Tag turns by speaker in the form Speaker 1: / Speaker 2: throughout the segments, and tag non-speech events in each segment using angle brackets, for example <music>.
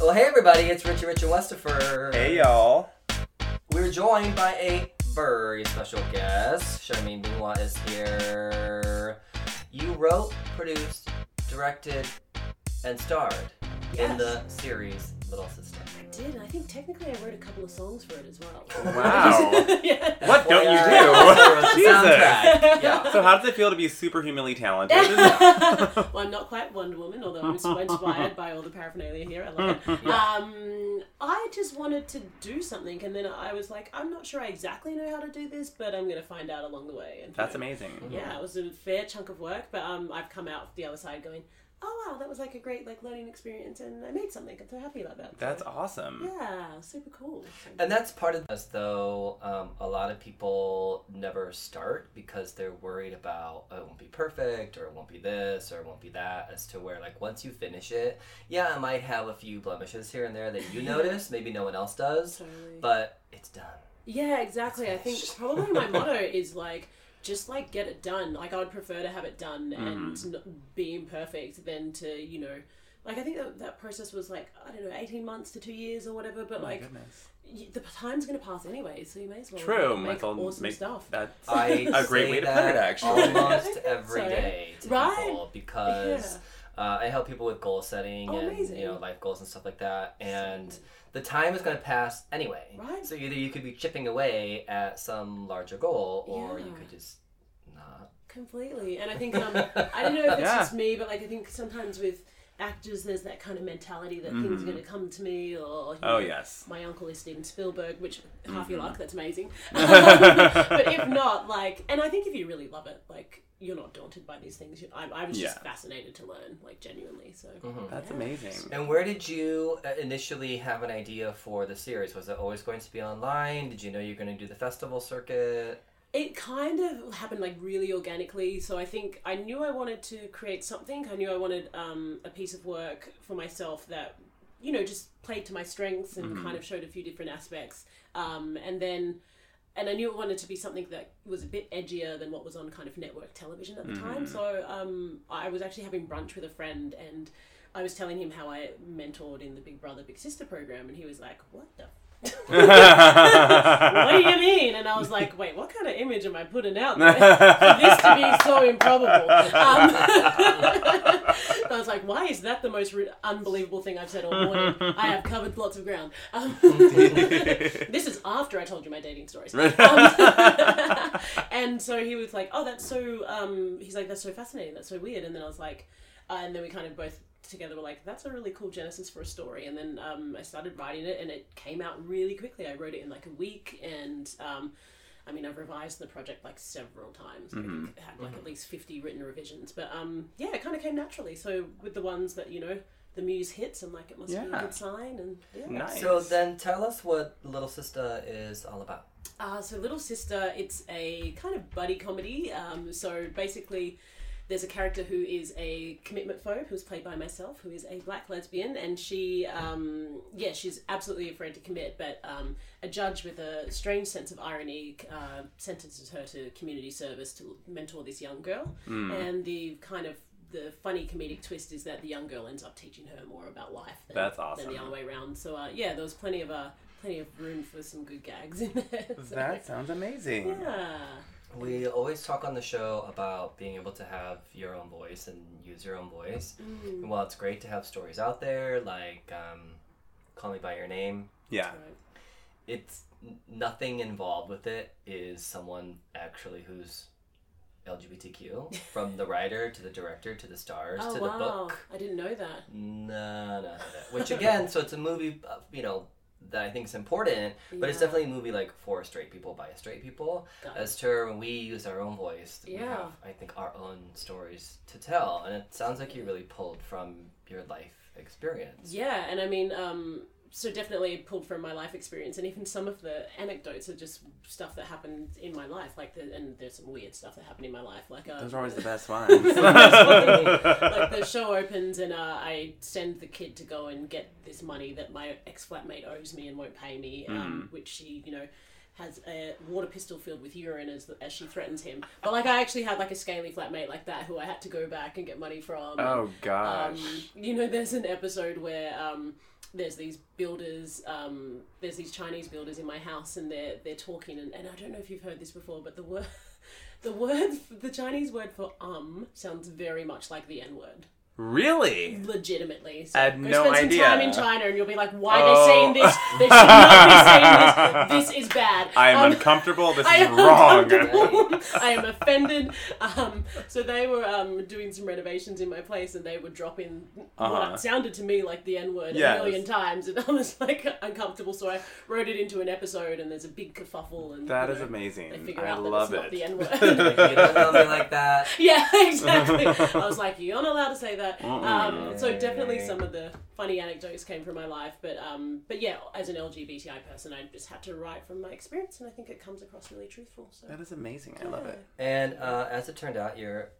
Speaker 1: Well, hey everybody, it's Richie Richard Westerfer.
Speaker 2: Hey y'all.
Speaker 1: We're joined by a very special guest. Charmaine Benoit is here. You wrote, produced, directed, and starred in
Speaker 3: Yes.
Speaker 1: the series Little Sister.
Speaker 3: I did. and I think technically I wrote a couple of songs for it as well.
Speaker 2: Oh, Wow.
Speaker 3: <laughs> yeah.
Speaker 2: What don't you
Speaker 1: FYI,
Speaker 2: do?
Speaker 1: I
Speaker 2: <laughs>
Speaker 1: wrote the
Speaker 2: Jesus.
Speaker 1: soundtrack. Yeah.
Speaker 2: So how does it feel to be superhumanly
Speaker 3: <laughs>
Speaker 2: talented?
Speaker 3: well, I'm not quite Wonder Woman, although I'm ins- inspired by all the paraphernalia here. I love
Speaker 2: <laughs>
Speaker 3: it.
Speaker 1: Yeah.
Speaker 3: Um, I just wanted to do something, and then I was like, I'm not sure I exactly know how to do this, but I'm going to find out along the way. And
Speaker 2: That's amazing.
Speaker 3: Yeah, it was a fair chunk of work, but um, I've come out the other side going, oh wow, that was like a great like learning experience, and I made something. I'm so happy about that.
Speaker 2: That's awesome.
Speaker 3: yeah, super cool.
Speaker 1: And that's part of as though um, a lot of people never start because they're worried about oh, it won't be perfect or it won't be this or it won't be that. As to where like once you finish it, yeah, I might have a few blemishes here and there that you notice, maybe no one else does,
Speaker 3: Totally.
Speaker 1: but it's done.
Speaker 3: Yeah, exactly. I think
Speaker 1: finished.
Speaker 3: probably my motto is like, just like get it done. Like I would prefer to have it done
Speaker 2: Mm-hmm.
Speaker 3: and not be imperfect than to you know, like I think that that process was like I don't know, eighteen months to two years or whatever. But
Speaker 2: Oh My
Speaker 3: like
Speaker 2: goodness.
Speaker 3: y- the time's gonna pass anyway, so you may as well
Speaker 2: True.
Speaker 3: make
Speaker 2: Michael
Speaker 3: awesome
Speaker 2: make-
Speaker 3: stuff.
Speaker 2: That's
Speaker 1: I
Speaker 2: <laughs> a great
Speaker 1: say
Speaker 2: way to put
Speaker 1: that
Speaker 2: it actually.
Speaker 1: almost
Speaker 3: Yeah.
Speaker 1: every
Speaker 3: <laughs> Sorry.
Speaker 1: day to
Speaker 3: Right?
Speaker 1: people because.
Speaker 3: Yeah.
Speaker 1: Uh, I help people with goal setting
Speaker 3: Oh,
Speaker 1: and
Speaker 3: amazing.
Speaker 1: you know life goals and stuff like that. And the time is going to pass anyway.
Speaker 3: Right.
Speaker 1: So either you could be chipping away at some larger goal, or you
Speaker 3: Yeah.
Speaker 1: could just not.
Speaker 3: Completely. And I think um, I don't know if
Speaker 2: <laughs>
Speaker 3: it's
Speaker 2: Yeah.
Speaker 3: just me, but like I think sometimes with actors, there's that kind of mentality that things are
Speaker 2: Mhm.
Speaker 3: gonna come to me or you
Speaker 2: Oh
Speaker 3: know,
Speaker 2: yes.
Speaker 3: my uncle is Steven Spielberg, which half your
Speaker 2: Mhm.
Speaker 3: luck, that's amazing. <laughs> but if not, like, and I think if you really love it, like, you're not daunted by these things. You- I, I was just
Speaker 2: Yeah.
Speaker 3: fascinated to learn, like, genuinely. So
Speaker 1: Mhm.
Speaker 2: That's
Speaker 3: Yeah.
Speaker 2: amazing.
Speaker 1: And where did you uh, initially have an idea for the series? Was it always going to be online? Did you know you were going to do the festival circuit?
Speaker 3: it kind of happened like really organically. So I think I knew I wanted to create something. I knew I wanted um, a piece of work for myself that, you know, just played to my strengths and
Speaker 2: Mhm.
Speaker 3: kind of showed a few different aspects. Um, and then, and I knew it wanted to be something that was a bit edgier than what was on kind of network television at the time.
Speaker 2: Mhm.
Speaker 3: So um, I was actually having brunch with a friend and I was telling him how I mentored in the Big Brother Big Sister program, and he was like, "What the." <laughs>
Speaker 2: <laughs>
Speaker 3: what do you mean? And I was like, wait, what kind of image am I putting out there <laughs> for this to be so improbable? Um, <laughs> I was like, why is that the most re- unbelievable thing I've said all morning? I have covered lots of ground. Um, <laughs> this is after I told you my dating stories. Um, <laughs> and so he was like, oh, that's so, um, he's like, that's so fascinating. That's so weird. And then I was like, uh, and then we kind of both together were like, that's a really cool genesis for a story. And then um, I started writing it, and it came out really quickly. I wrote it in like a week, and um, I mean, I've revised the project like several times. I think it had like at least fifty written revisions, but um, yeah, it kind of came naturally. So with the ones that you know. The muse hits, I'm like, it must be a
Speaker 2: Yeah.
Speaker 3: good sign, and yeah. <laughs>
Speaker 2: Nice.
Speaker 1: So then tell us what Little Sister is all about.
Speaker 3: Uh, so Little Sister, it's a kind of buddy comedy. Um, so basically, there's a character who is a commitment phobe, who's played by myself, who is a black lesbian, and she, um, yeah, she's absolutely afraid to commit. But um, a judge with a strange sense of irony uh, sentences her to community service to mentor this young girl,
Speaker 2: Hmm.
Speaker 3: and the kind of the funny comedic twist is that the young girl ends up teaching her more about life than,
Speaker 2: That's
Speaker 3: than
Speaker 2: awesome.
Speaker 3: the other way around. So uh, yeah, there was plenty of uh, plenty of room for some good gags in there. <laughs> So-
Speaker 2: That sounds amazing.
Speaker 3: yeah.
Speaker 1: We always talk on the show about being able to have your own voice and use your own voice.
Speaker 3: Mm.
Speaker 1: And while it's great to have stories out there, like um, Call Me By Your Name,
Speaker 2: Yeah.
Speaker 3: Right.
Speaker 1: it's n- nothing involved with it is someone actually who's
Speaker 3: <laughs>
Speaker 1: LGBTQ, from the writer to the director to the stars
Speaker 3: Oh
Speaker 1: to the
Speaker 3: wow!
Speaker 1: book.
Speaker 3: I didn't know that.
Speaker 1: No, no, no, no. Which again, so it's a movie, uh, you know, that I think is important, but it's
Speaker 3: Yeah.
Speaker 1: definitely a movie like for straight people by straight people.
Speaker 3: Got it.
Speaker 1: as to when we use our own voice we
Speaker 3: Yeah.
Speaker 1: have i think our own stories to tell and it sounds like you really pulled from your life
Speaker 3: <laughs>
Speaker 1: experience
Speaker 3: Yeah, and I mean, um, so definitely pulled from my life experience, and even some of the anecdotes are just stuff that happened in my life. Like, the, and there's some weird stuff that happened in my life. Like, uh,
Speaker 2: Those are always the <laughs> best
Speaker 3: like the
Speaker 2: ones.
Speaker 3: show opens and uh, I send the kid to
Speaker 2: Hmm.
Speaker 3: go and get this money that my ex flatmate owes me and won't pay me, um, which she, you know, has a water pistol filled with urine as, as she threatens him. But like I actually had like a scaly flatmate like that who I had to go back and get money from.
Speaker 2: Oh
Speaker 3: Um,
Speaker 2: gosh.
Speaker 3: you know, there's an episode where um, there's these builders, um, there's these Chinese builders in my house, and they're they're talking, and, and I don't know if you've heard this before, but the word, <laughs> the word, the Chinese word for um sounds very much like the N word, <laughs>
Speaker 2: really?
Speaker 3: legitimately. So
Speaker 2: I had
Speaker 3: go
Speaker 2: no
Speaker 3: spend
Speaker 2: idea.
Speaker 3: some time in China, and you'll be like, why are
Speaker 2: Oh.
Speaker 3: they saying this? They should
Speaker 2: <laughs>
Speaker 3: not be saying this. This is bad.
Speaker 2: I am
Speaker 3: Um,
Speaker 2: uncomfortable. This
Speaker 3: I
Speaker 2: is
Speaker 3: am
Speaker 2: wrong.
Speaker 3: uncomfortable. I am offended. Um, so they were um, doing some renovations in my place, and they were dropping
Speaker 2: Uh-huh.
Speaker 3: what sounded to me like the N word
Speaker 2: Yes.
Speaker 3: a million times, and I was like uncomfortable. So I wrote it into an episode, and there's a big kerfuffle. And
Speaker 2: That
Speaker 3: you
Speaker 2: is
Speaker 3: know, They
Speaker 2: amazing.
Speaker 3: figure
Speaker 2: I
Speaker 3: out
Speaker 2: love
Speaker 3: that it's
Speaker 2: it.
Speaker 3: not the N
Speaker 2: <laughs>
Speaker 3: word.
Speaker 1: you don't know me like that.
Speaker 3: <laughs> yeah, exactly. I was like, you're not allowed to say that. Um,
Speaker 2: Mm-mm.
Speaker 3: so definitely some of the funny anecdotes came from my life, but um, but yeah, as an LGBTI person, I just had to write from my experience, and I think it comes across really truthful. So.
Speaker 2: That is amazing. I love it.
Speaker 1: And uh, as it turned out, your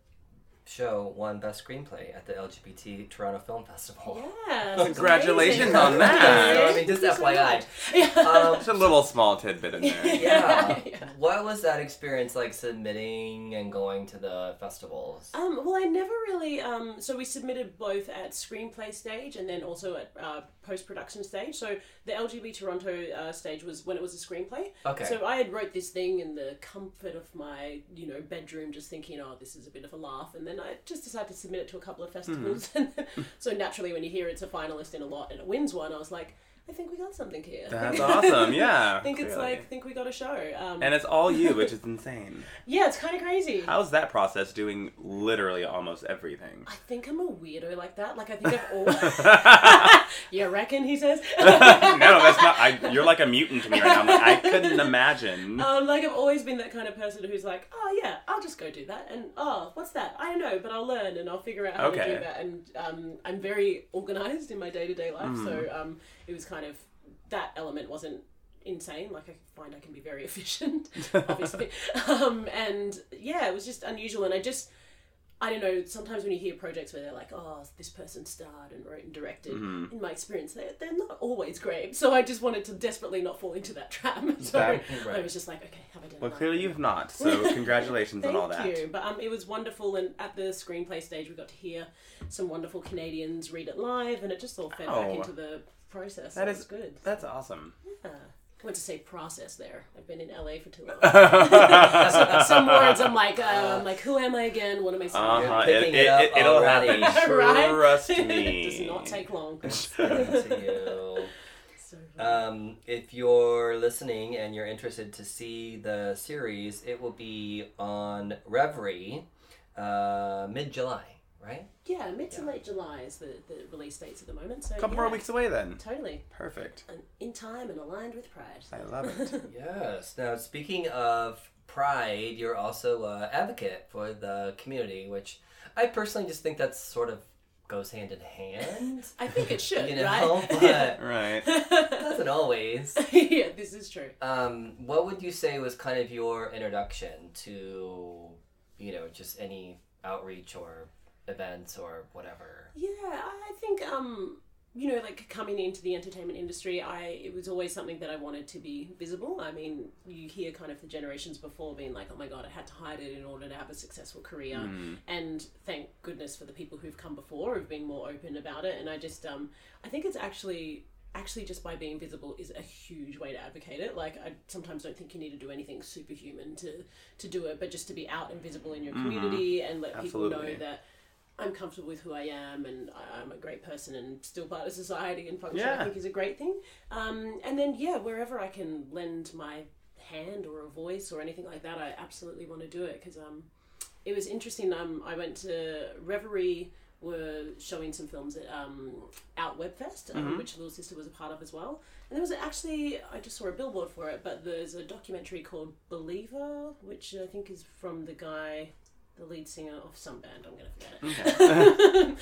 Speaker 1: show won Best Screenplay at the LGBT Toronto Film Festival.
Speaker 3: Yeah.
Speaker 2: Congratulations
Speaker 3: amazing.
Speaker 2: on that.
Speaker 1: So, I mean, just
Speaker 3: Thank you so
Speaker 1: FYI.
Speaker 3: much. <laughs> Yeah.
Speaker 1: Um,
Speaker 2: Just a little small tidbit in there.
Speaker 3: <laughs>
Speaker 1: yeah.
Speaker 3: Yeah.
Speaker 1: <laughs> What was that experience like submitting and going to the festivals?
Speaker 3: Um, well, I never really. Um, so we submitted both at screenplay stage and then also at uh, post production stage. So the LGB Toronto uh, stage was when it was a screenplay.
Speaker 1: Okay.
Speaker 3: So I had wrote this thing in the comfort of my you know bedroom, just thinking, oh, this is a bit of a laugh, and then I just decided to submit it to a couple of festivals. <laughs> so naturally, when you hear it's a finalist in a lot and it wins one, I was like, I think we got something here.
Speaker 2: That's awesome. Yeah.
Speaker 3: <laughs> I think it's
Speaker 2: clearly.
Speaker 3: like think we got a show. Um,
Speaker 2: And it's all you, which is insane.
Speaker 3: yeah, it's kind of crazy.
Speaker 2: How's that process doing literally almost
Speaker 3: <laughs>
Speaker 2: everything? <laughs>
Speaker 3: I think I'm a weirdo like that. Like I think I've always. you reckon? He says.
Speaker 2: no, that's not. I, you're like a mutant to me right now. I'm like, I
Speaker 3: <laughs>
Speaker 2: couldn't imagine.
Speaker 3: Um, like I've always been that kind of person who's like, oh yeah, I'll just go do that, and oh, what's that? I don't know, but I'll learn and I'll figure out how
Speaker 2: Okay.
Speaker 3: to do that. And um, I'm very organized in my day to day life,
Speaker 2: Mm.
Speaker 3: so um, it was kind of that element wasn't insane. Like I find I can be very <laughs> efficient,
Speaker 2: <laughs>
Speaker 3: obviously, um, and yeah, it was just unusual. And I just I don't know. Sometimes when you hear projects where they're like, "Oh, this person starred and wrote and directed,"
Speaker 2: Mm-hmm.
Speaker 3: in my experience, they're, they're not always great. So I just wanted to desperately not fall into that trap. <laughs> so
Speaker 2: That-
Speaker 1: right.
Speaker 3: I was just like, "Okay, have I done?"
Speaker 2: Well,
Speaker 3: enough?
Speaker 2: clearly you've not.
Speaker 3: <laughs>
Speaker 2: So congratulations
Speaker 3: Thank
Speaker 2: on all that.
Speaker 3: you. But um, it was wonderful, and at the screenplay stage, we got to hear some wonderful Canadians read it live, and it just all fed
Speaker 2: Oh.
Speaker 3: back into the process.
Speaker 2: That
Speaker 3: That
Speaker 2: is-
Speaker 3: is good.
Speaker 2: That's
Speaker 3: <laughs>
Speaker 2: awesome.
Speaker 3: Yeah. I went to say process there. I've been in LA for
Speaker 2: <laughs>
Speaker 3: too long. So- some words I'm like, uh, I'm like, who am I again? What am I saying?
Speaker 2: Uh-huh.
Speaker 1: You're
Speaker 2: It,
Speaker 1: picking
Speaker 2: it,
Speaker 1: it up
Speaker 2: it, will
Speaker 1: already.
Speaker 2: <laughs> happen.
Speaker 3: <laughs> Right?
Speaker 2: Trust me.
Speaker 3: It does not
Speaker 2: <laughs>
Speaker 3: take long. <laughs>
Speaker 1: to you.
Speaker 3: So,
Speaker 1: Um, if you're listening and you're interested to see the series, it will be on Reverie uh, mid July, right?
Speaker 3: yeah, mid to late July is the, the release dates at the moment. So
Speaker 2: A couple
Speaker 3: yeah,
Speaker 2: more weeks away then.
Speaker 3: Totally.
Speaker 2: Perfect.
Speaker 3: And in time and aligned with pride.
Speaker 2: I love it.
Speaker 3: <laughs>
Speaker 1: Yes. Now, speaking of pride, you're also an advocate for the community, which I personally just think that's sort of goes hand in hand.
Speaker 3: I
Speaker 2: <laughs>
Speaker 3: think it should,
Speaker 1: You know,
Speaker 3: right?
Speaker 1: <laughs>
Speaker 3: <laughs>
Speaker 1: but
Speaker 2: Right.
Speaker 1: it doesn't always.
Speaker 3: yeah, this is true.
Speaker 1: Um, what would you say was kind of your introduction to, you know, just any outreach or events or whatever?
Speaker 3: Yeah, I I think um, you know, like coming into the entertainment industry, I it was always something that I wanted to be visible. I mean, you hear kind of the generations before being like, "Oh my god, I had to hide it in order to have a successful career," and thank goodness for the people who've come before who've been more open about it. And I just um, I think it's actually actually just by being visible is a huge way to advocate it like i sometimes don't think you need to do anything superhuman to to do it but just to be out and visible in your community and let people
Speaker 2: Absolutely.
Speaker 3: know that I'm comfortable with who I am and I- I'm a great person and still part of society and function,
Speaker 2: Yeah.
Speaker 3: I think is a great thing. Um, and then, yeah, wherever I can lend my hand or a voice or anything like that, I absolutely want to do it because um, it was interesting. Um, I went to Reverie were showing some films at um, Out Webfest, um, which Little Sister was a part of as well. And there was actually I just saw a billboard for it, but there's a documentary called Believer, which I think is from the guy, the lead singer of some band. I'm gonna forget it.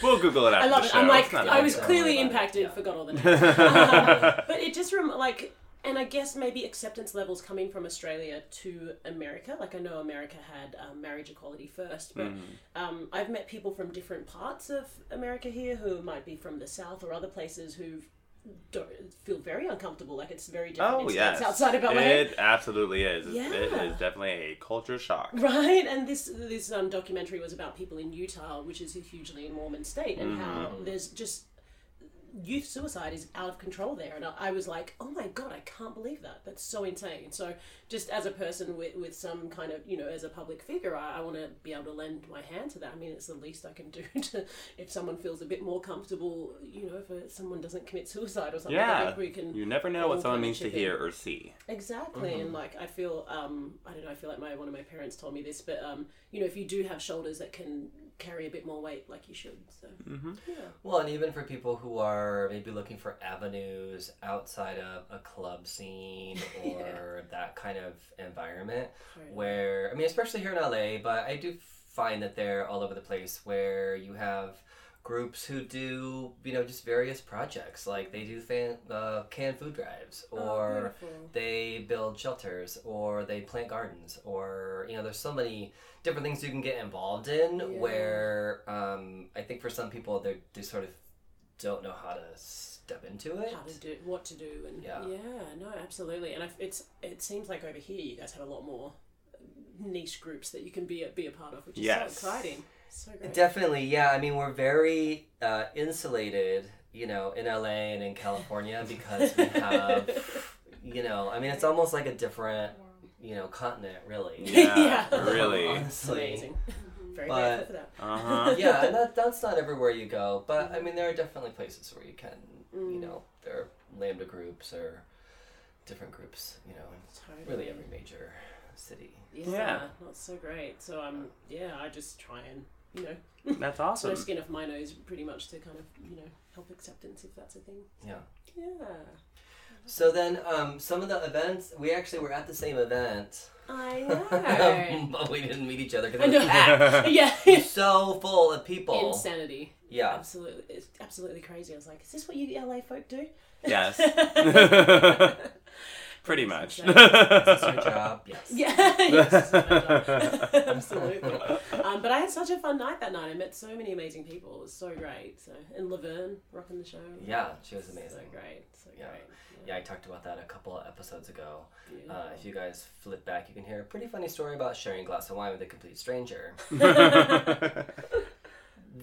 Speaker 2: We'll Google it after
Speaker 3: I love
Speaker 2: the
Speaker 3: it.
Speaker 2: show.
Speaker 3: I'm
Speaker 2: It's
Speaker 3: like,
Speaker 2: not
Speaker 3: I was
Speaker 1: don't
Speaker 3: clearly
Speaker 1: worry about it,
Speaker 3: impacted,
Speaker 1: yeah.
Speaker 2: <laughs>
Speaker 3: forgot all the names. Um, but it just, rem- like, and I guess maybe acceptance levels coming from Australia to America. Like, I know America had um, marriage equality first,
Speaker 2: Hmm.
Speaker 3: but um, I've met people from different parts of America here who might be from the South or other places who've don't feel very uncomfortable. Like it's very different.
Speaker 2: Oh
Speaker 3: it's,
Speaker 2: yes,
Speaker 3: it's outside of our head.
Speaker 2: It absolutely is. It's- It
Speaker 3: Yeah. Mm-hmm.
Speaker 2: is definitely a culture shock.
Speaker 3: <laughs> Right, and this this um, documentary was about people in Utah, which is a hugely Mormon state, and how there's just youth suicide is out of control there. And I, I was like, oh my god, I can't believe that. That's so insane. So just as a person with with some kind of you know as a public figure, I, I want to be able to lend my hand to that. I mean, it's the least I can do <laughs> to if someone feels a bit more comfortable, you know, if uh someone doesn't commit suicide or something. I
Speaker 2: Yeah,
Speaker 3: think we can.
Speaker 2: you never know
Speaker 3: all
Speaker 2: what someone
Speaker 3: kinda
Speaker 2: needs to
Speaker 3: chip in.
Speaker 2: hear or
Speaker 3: <laughs>
Speaker 2: see.
Speaker 3: Exactly, and
Speaker 1: Mm-hmm.
Speaker 3: like I feel, um, I don't know. I feel like my one of my parents told me this, but um, you know, if you do have shoulders that can carry a bit more weight, like you should. So
Speaker 1: Mm-hmm. Well, and even for people who are maybe looking for avenues outside of a club <laughs> scene or that kind of environment,
Speaker 3: Right.
Speaker 1: where, I mean, especially here in LA, but I do find that they're all over the place where you have groups who do, you know, just various projects. Like they do fan, uh, canned food drives or
Speaker 3: beautiful.
Speaker 1: they build shelters or they plant gardens or, you know, there's so many different things you can get involved in
Speaker 3: Yeah.
Speaker 1: where um, I think for some people they they sort of don't know how to step into it.
Speaker 3: how to do what to do, and yeah,
Speaker 1: Yeah.
Speaker 3: no, absolutely. And I, it's it seems like over here you guys have a lot more niche groups that you can be a, be a part of, which is
Speaker 2: Yes.
Speaker 3: so exciting. So great.
Speaker 1: Definitely, yeah. I mean, we're very uh, insulated, you know, in LA and in
Speaker 3: <laughs>
Speaker 1: California because we have, you know, I mean, it's almost like a different, you know, continent, really.
Speaker 2: Yeah,
Speaker 3: Yeah.
Speaker 2: <laughs>
Speaker 3: <laughs>
Speaker 2: really.
Speaker 3: It's
Speaker 1: Honestly.
Speaker 3: amazing. Very
Speaker 1: But-
Speaker 3: grateful for that.
Speaker 2: Uh
Speaker 3: <laughs>
Speaker 2: huh.
Speaker 1: yeah, and that, that's not everywhere you go, but
Speaker 3: Mm-hmm.
Speaker 1: I mean, there are definitely places where you can,
Speaker 3: Mm.
Speaker 1: you know, there are lambda groups or different groups, you know, in
Speaker 3: Totally.
Speaker 1: really every major city.
Speaker 3: Yeah,
Speaker 2: Yeah.
Speaker 3: that's so great. So um, yeah, I just try and you know
Speaker 2: That's
Speaker 3: So
Speaker 2: awesome.
Speaker 3: no skin off my nose, pretty much to kind of you know help acceptance if that's a thing.
Speaker 1: Yeah.
Speaker 3: Yeah.
Speaker 1: So then, um, some of the events, we actually were at the same event, <laughs>
Speaker 3: I know.
Speaker 1: but we didn't meet each other
Speaker 3: I
Speaker 1: because it was packed.
Speaker 3: know. <laughs>
Speaker 1: <laughs>
Speaker 3: yeah.
Speaker 1: so full of people.
Speaker 3: Insanity.
Speaker 1: Yeah.
Speaker 3: Absolutely. It's absolutely crazy. I was like, is this what you LA folk do? <laughs>
Speaker 2: Yes. Pretty much. <laughs>
Speaker 1: <laughs> That's your job. Yes.
Speaker 3: Yeah. <laughs> yes, that's what I do. <laughs> absolutely. Um, but I had such a fun night that night. I met so many amazing people. It was so great. So and Laverne rocking the show.
Speaker 1: Yeah, she was
Speaker 3: So
Speaker 1: amazing.
Speaker 3: great. So
Speaker 1: Yeah.
Speaker 3: great.
Speaker 1: Yeah, I talked about that a couple of episodes ago.
Speaker 3: Beautiful.
Speaker 1: Uh, if you guys flip back, you can hear a pretty funny story about sharing a glass of wine with a complete stranger.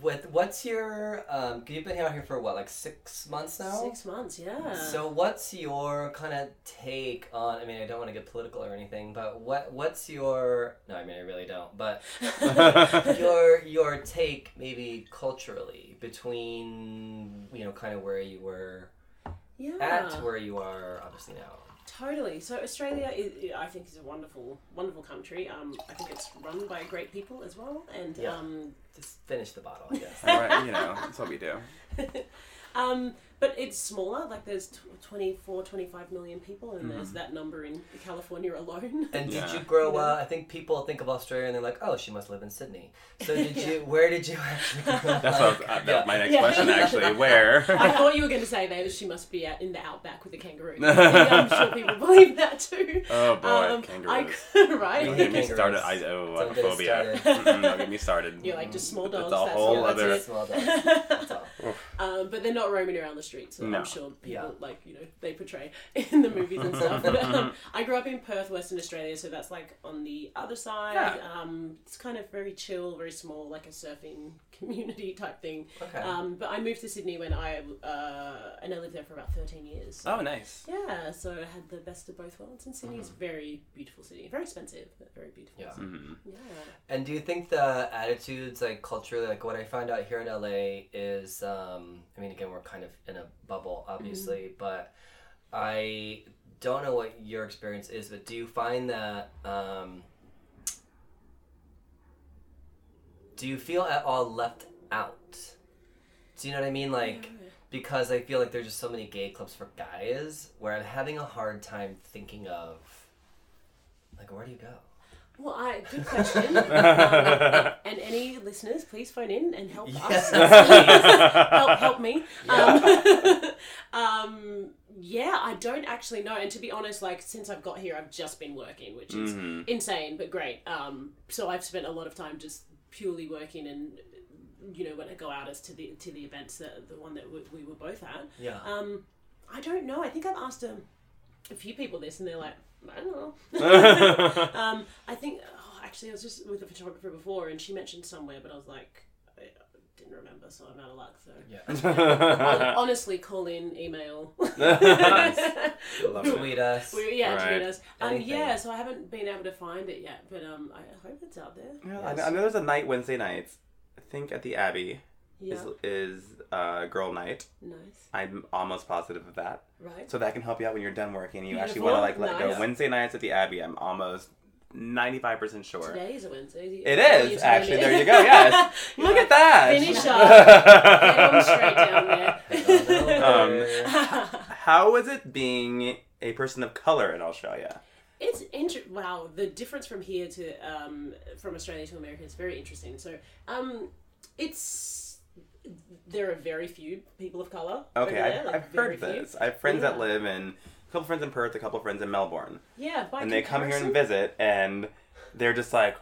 Speaker 1: with what's your um? 'cause You've been out here for what, like six months now.
Speaker 3: Six months. Yeah.
Speaker 1: So what's your kind of take on? I mean, I don't want to get political or anything, but what what's your? No, I mean, I really don't.
Speaker 3: <laughs>
Speaker 1: But your your take maybe culturally between you know kind of where you were
Speaker 3: <laughs> yeah.
Speaker 1: at to where you are obviously now.
Speaker 3: Totally. So Australia, is, I think, is a wonderful, wonderful country. Um, I think it's run by great people as well, and
Speaker 1: Yeah.
Speaker 3: um,
Speaker 1: Just finish the bottle, I
Speaker 3: <laughs>
Speaker 1: guess.
Speaker 2: <laughs> All right, you know, that's what we do.
Speaker 3: um, but it's smaller. Like there's tw 24, 25 million people, and there's that number in California
Speaker 1: <laughs>
Speaker 3: alone.
Speaker 1: And did
Speaker 2: Yeah.
Speaker 1: you grow up? I think people think of Australia and they're like, "Oh, she must live in Sydney." So
Speaker 3: <laughs>
Speaker 1: did you? Where did you <laughs> actually? Grow
Speaker 2: That's
Speaker 1: up?
Speaker 2: what, uh, that- my next
Speaker 3: Yeah.
Speaker 2: question,
Speaker 3: <laughs>
Speaker 2: actually. Where?
Speaker 3: I thought you were going to say that she must be out in the outback with a kangaroo. I'm sure people believe that too.
Speaker 2: Oh boy,
Speaker 3: Um, I
Speaker 2: kangaroos.
Speaker 3: could, <laughs> right?
Speaker 1: Don't
Speaker 2: Don't get
Speaker 1: get
Speaker 2: me
Speaker 1: kangaroos.
Speaker 2: started. I oh,
Speaker 1: Don't get us
Speaker 2: phobia.
Speaker 1: started.
Speaker 2: Mm-mm, Don't get me started.
Speaker 3: You're like just small
Speaker 2: It's a
Speaker 3: dogs.
Speaker 2: whole
Speaker 3: that's,
Speaker 2: other-
Speaker 3: that's
Speaker 1: Small dog.
Speaker 3: <laughs> it.
Speaker 1: That's all.
Speaker 3: Um, but they're not roaming around the streets. So
Speaker 2: No.
Speaker 3: I'm sure people
Speaker 1: Yeah.
Speaker 3: like you know they portray <laughs> in the movies and stuff. But,
Speaker 2: <laughs>
Speaker 3: um, I grew up in Perth, Western Australia, so that's like on the other side.
Speaker 2: Yeah.
Speaker 3: Um, it's kind of very chill, very small, like a surfing <laughs> community type thing.
Speaker 1: Okay.
Speaker 3: Um, but I moved to Sydney when I uh, and I lived there for about thirteen years. So-
Speaker 2: Oh, nice.
Speaker 3: Yeah, so I had the best of both worlds, and Sydney's a very beautiful city, very expensive, but very beautiful.
Speaker 1: Mm-hmm. Yeah.
Speaker 3: So,
Speaker 2: Mm.
Speaker 3: yeah.
Speaker 1: And do you think the attitudes, like culturally, like what I found out here in LA is, um, I mean, again, we're kind of in a bubble, obviously, but I don't know what your experience is, but do you find that, um, do you feel at all left out? Do you know what I mean? Like,
Speaker 3: Mm-hmm.
Speaker 1: because I feel like there's just so many gay clubs for guys where I'm having a hard time thinking of, like, where do you go?
Speaker 3: Well, I
Speaker 2: <laughs>
Speaker 3: good question. Um, and any listeners, please phone in
Speaker 1: <laughs>
Speaker 3: and help us. help, help me. Um, <laughs> um, yeah, I don't actually know. And to be honest, like since I've got here, I've just been working, which is insane but great. Um, so I've spent a lot of time just purely working and. You know, when I go out as to the to the events that the one that we, we were both at,
Speaker 1: Yeah.
Speaker 3: um, I don't know. I think I've asked um, a few people this, and they're like, I don't know. um, I think oh, actually I was just with a photographer before, and she mentioned somewhere, but I was like, I didn't remember, so I'm out of luck. So
Speaker 1: Yeah.
Speaker 2: <laughs>
Speaker 3: Hon- honestly, call in, email. <laughs>
Speaker 2: Nice.
Speaker 3: Love it.
Speaker 1: Tweet us.
Speaker 3: We- yeah,
Speaker 2: Right.
Speaker 3: tweet us. Um,
Speaker 1: Anything.
Speaker 3: yeah, so I haven't been able to find it yet, but um, I hope it's out there.
Speaker 2: Yeah, I, know, I know there's a night Wednesday nights. I think at the Abbey
Speaker 3: Yeah,
Speaker 2: is is uh, girl night.
Speaker 3: nice,
Speaker 2: I'm almost positive of that.
Speaker 3: right?
Speaker 2: So that can help you out when you're done working. You actually
Speaker 3: Beautiful.
Speaker 2: want to like let
Speaker 3: Nice.
Speaker 2: go. Wednesday nights at the Abbey. I'm almost ninety five percent sure.
Speaker 3: Today is a Wednesday. is
Speaker 2: It
Speaker 3: Oh,
Speaker 2: is,
Speaker 3: you've
Speaker 2: actually.
Speaker 3: done it.
Speaker 2: There you go, yes.
Speaker 3: <laughs> You're
Speaker 2: Look
Speaker 3: like,
Speaker 2: at that. <laughs>
Speaker 3: Finish
Speaker 2: up.
Speaker 3: "Get 'em straight down there. <laughs>
Speaker 1: Um,
Speaker 2: How is it being a person of color in Australia?
Speaker 3: It's inter- wow the difference from here to um, from Australia to America is very interesting. So um, it's there are very few people of color.
Speaker 2: Okay,
Speaker 3: over there,
Speaker 2: I've,
Speaker 3: like,
Speaker 2: I've
Speaker 3: very
Speaker 2: heard
Speaker 3: few.
Speaker 2: this. I have friends
Speaker 3: Yeah.
Speaker 2: that live in a couple friends in Perth, a couple friends in Melbourne,
Speaker 3: Yeah, by
Speaker 2: and they come here and
Speaker 3: comparison-
Speaker 2: visit, and they're just like.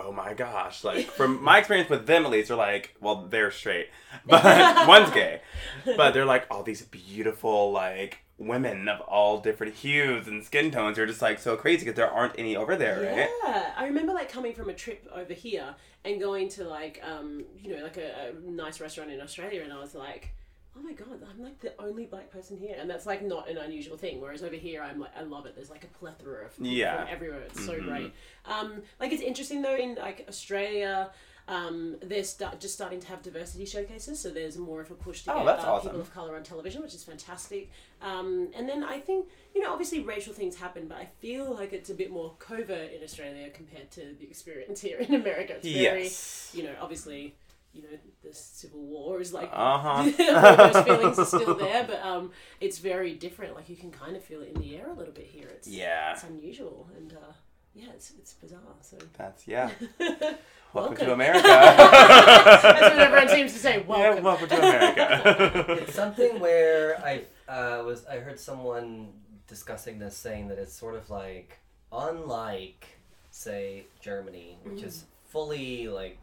Speaker 2: Oh my gosh!
Speaker 3: <laughs>
Speaker 2: Like from my experience with them, at least, they're like, well, they're straight, but one's gay, but they're like all these beautiful like women of all different hues and skin tones. You're just like so crazy because there aren't any over there, right?
Speaker 3: Yeah, I remember like coming from a trip over here and going to like um you know like a, a nice restaurant in Australia, and I was like, oh my god, I'm like the only black person here, and that's like not an unusual thing. Whereas over here, I'm like I love it. There's like a plethora of people
Speaker 2: Yeah. Mm-hmm.
Speaker 3: from everywhere. It's so great. Um, like it's interesting though in like Australia. Um, they're start, just starting to have diversity showcases, so there's more of a push to
Speaker 2: Oh,
Speaker 3: get
Speaker 2: that's
Speaker 3: uh,
Speaker 2: awesome.
Speaker 3: people of color on television, which is fantastic. Um, and then I think, you know, obviously racial things happen, but I feel like it's a bit more covert in Australia compared to the experience here in America. It's very, <laughs>
Speaker 2: Yes.
Speaker 3: you know, obviously, you know, the Civil War is like.
Speaker 2: Uh huh.
Speaker 3: <laughs> all those feelings are still there, but um, it's very different. Like you can kind of feel it in the air a little bit here.
Speaker 2: <laughs>
Speaker 3: It's
Speaker 2: Yeah.
Speaker 3: it's unusual and uh, yeah, it's it's bizarre. So <laughs>
Speaker 2: That's yeah.
Speaker 3: that's
Speaker 2: Welcome
Speaker 3: Welcome.
Speaker 2: to
Speaker 3: <laughs>
Speaker 2: America.
Speaker 3: what everyone seems to say.
Speaker 2: <laughs>
Speaker 3: Welcome.
Speaker 2: Yeah, welcome to America.
Speaker 1: it's something where I uh, was I heard someone discussing this saying that it's sort of like unlike say Germany, which is
Speaker 3: Mm-hmm.
Speaker 1: fully like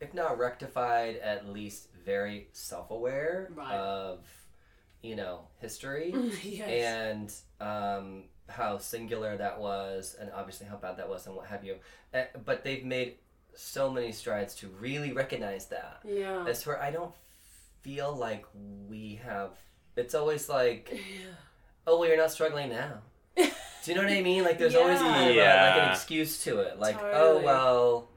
Speaker 1: if not rectified, at least very self aware
Speaker 3: Right. Mm-hmm.
Speaker 1: of you know history
Speaker 3: <laughs> yes.
Speaker 1: and um, how singular that was, and obviously how bad that was, and what have you. Uh, but they've made so many strides to really recognize that.
Speaker 3: yeah.
Speaker 1: That's where I don't feel like we have. It's always
Speaker 3: <sighs>
Speaker 1: like, oh, well, you're not struggling now. Do you know what I mean? Like, there's always
Speaker 3: Yeah.
Speaker 1: kind of a- like an
Speaker 2: Yeah.
Speaker 1: excuse to it. Like, oh
Speaker 3: Totally.
Speaker 1: well,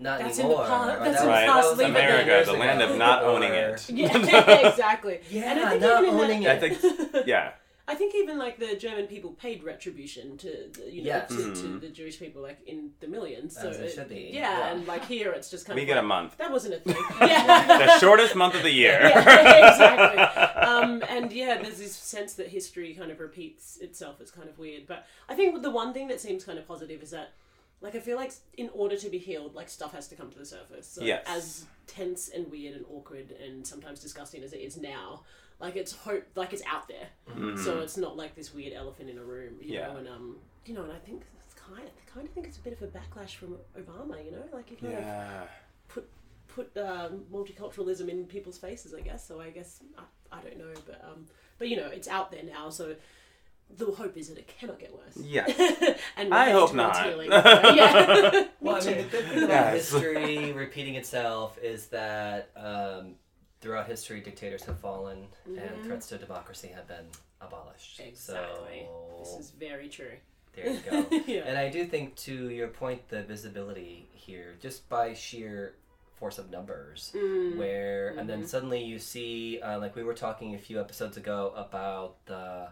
Speaker 1: not
Speaker 3: That's in the
Speaker 1: anymore.
Speaker 3: past-
Speaker 1: or
Speaker 3: that's
Speaker 1: that
Speaker 3: in the
Speaker 1: was- that
Speaker 2: past,
Speaker 1: was
Speaker 3: leave it there.
Speaker 1: 100 years
Speaker 2: America, the
Speaker 1: ago.
Speaker 2: land of not
Speaker 1: Or-
Speaker 2: owning it.
Speaker 3: <laughs> Yeah, <laughs> exactly. And I
Speaker 1: Yeah,
Speaker 3: think
Speaker 1: not
Speaker 3: even in
Speaker 1: owning
Speaker 3: that-
Speaker 1: it.
Speaker 2: I <laughs>
Speaker 3: <laughs>
Speaker 2: yeah.
Speaker 3: I think even like the German people paid retribution to the, you know
Speaker 1: Yes.
Speaker 3: to, to
Speaker 2: Mhm.
Speaker 3: the Jewish people like in the millions. So
Speaker 1: As it
Speaker 3: it-
Speaker 1: should be,
Speaker 3: Yeah,
Speaker 1: yeah.
Speaker 3: and like here it's just kind
Speaker 2: We
Speaker 3: of
Speaker 2: get a
Speaker 3: like,
Speaker 2: month.
Speaker 3: that wasn't a
Speaker 1: <laughs>
Speaker 3: thing. <laughs>
Speaker 2: The
Speaker 3: yeah.
Speaker 2: shortest month of the year.
Speaker 3: yeah, exactly. Um, and yeah, there's this sense that history kind of repeats itself. It's kind of weird, but I think the one thing that seems kind of positive is that, like, I feel like in order to be healed, like stuff has to come to the surface. So
Speaker 2: Yes.
Speaker 3: As tense and weird and awkward and sometimes disgusting as it is now, like it's hope, like it's out there.
Speaker 2: Mm.
Speaker 1: Mm-hmm.
Speaker 3: So it's not like this weird elephant in a room, you
Speaker 2: Yeah.
Speaker 3: know. And um, you know, and I think it's kind, I kind of think it's a bit of a backlash from Obama, you know, like you kind of
Speaker 2: Yeah.
Speaker 3: put put um, multiculturalism in people's faces, I guess. So I guess I, I don't know, but um, but you know, it's out there now. So the hope is that it cannot get worse.
Speaker 2: Yeah.
Speaker 3: <laughs> and
Speaker 2: I
Speaker 3: we're
Speaker 2: hope
Speaker 3: towards
Speaker 2: not.
Speaker 3: healing. So, yeah.
Speaker 1: <laughs>
Speaker 3: <laughs>
Speaker 1: Well, I mean, the good thing about
Speaker 2: Yes.
Speaker 1: history repeating itself is that um, throughout history, dictators have fallen and threats to democracy have been abolished.
Speaker 3: Mm-hmm. exactly. This
Speaker 1: So
Speaker 3: is very true.
Speaker 1: there you go.
Speaker 3: <laughs> Yeah.
Speaker 1: And I do think, to your point, the visibility here, just by sheer force of numbers,
Speaker 3: Mm. Mm-hmm.
Speaker 1: where, and then suddenly you see, uh, like we were talking a few episodes ago about the.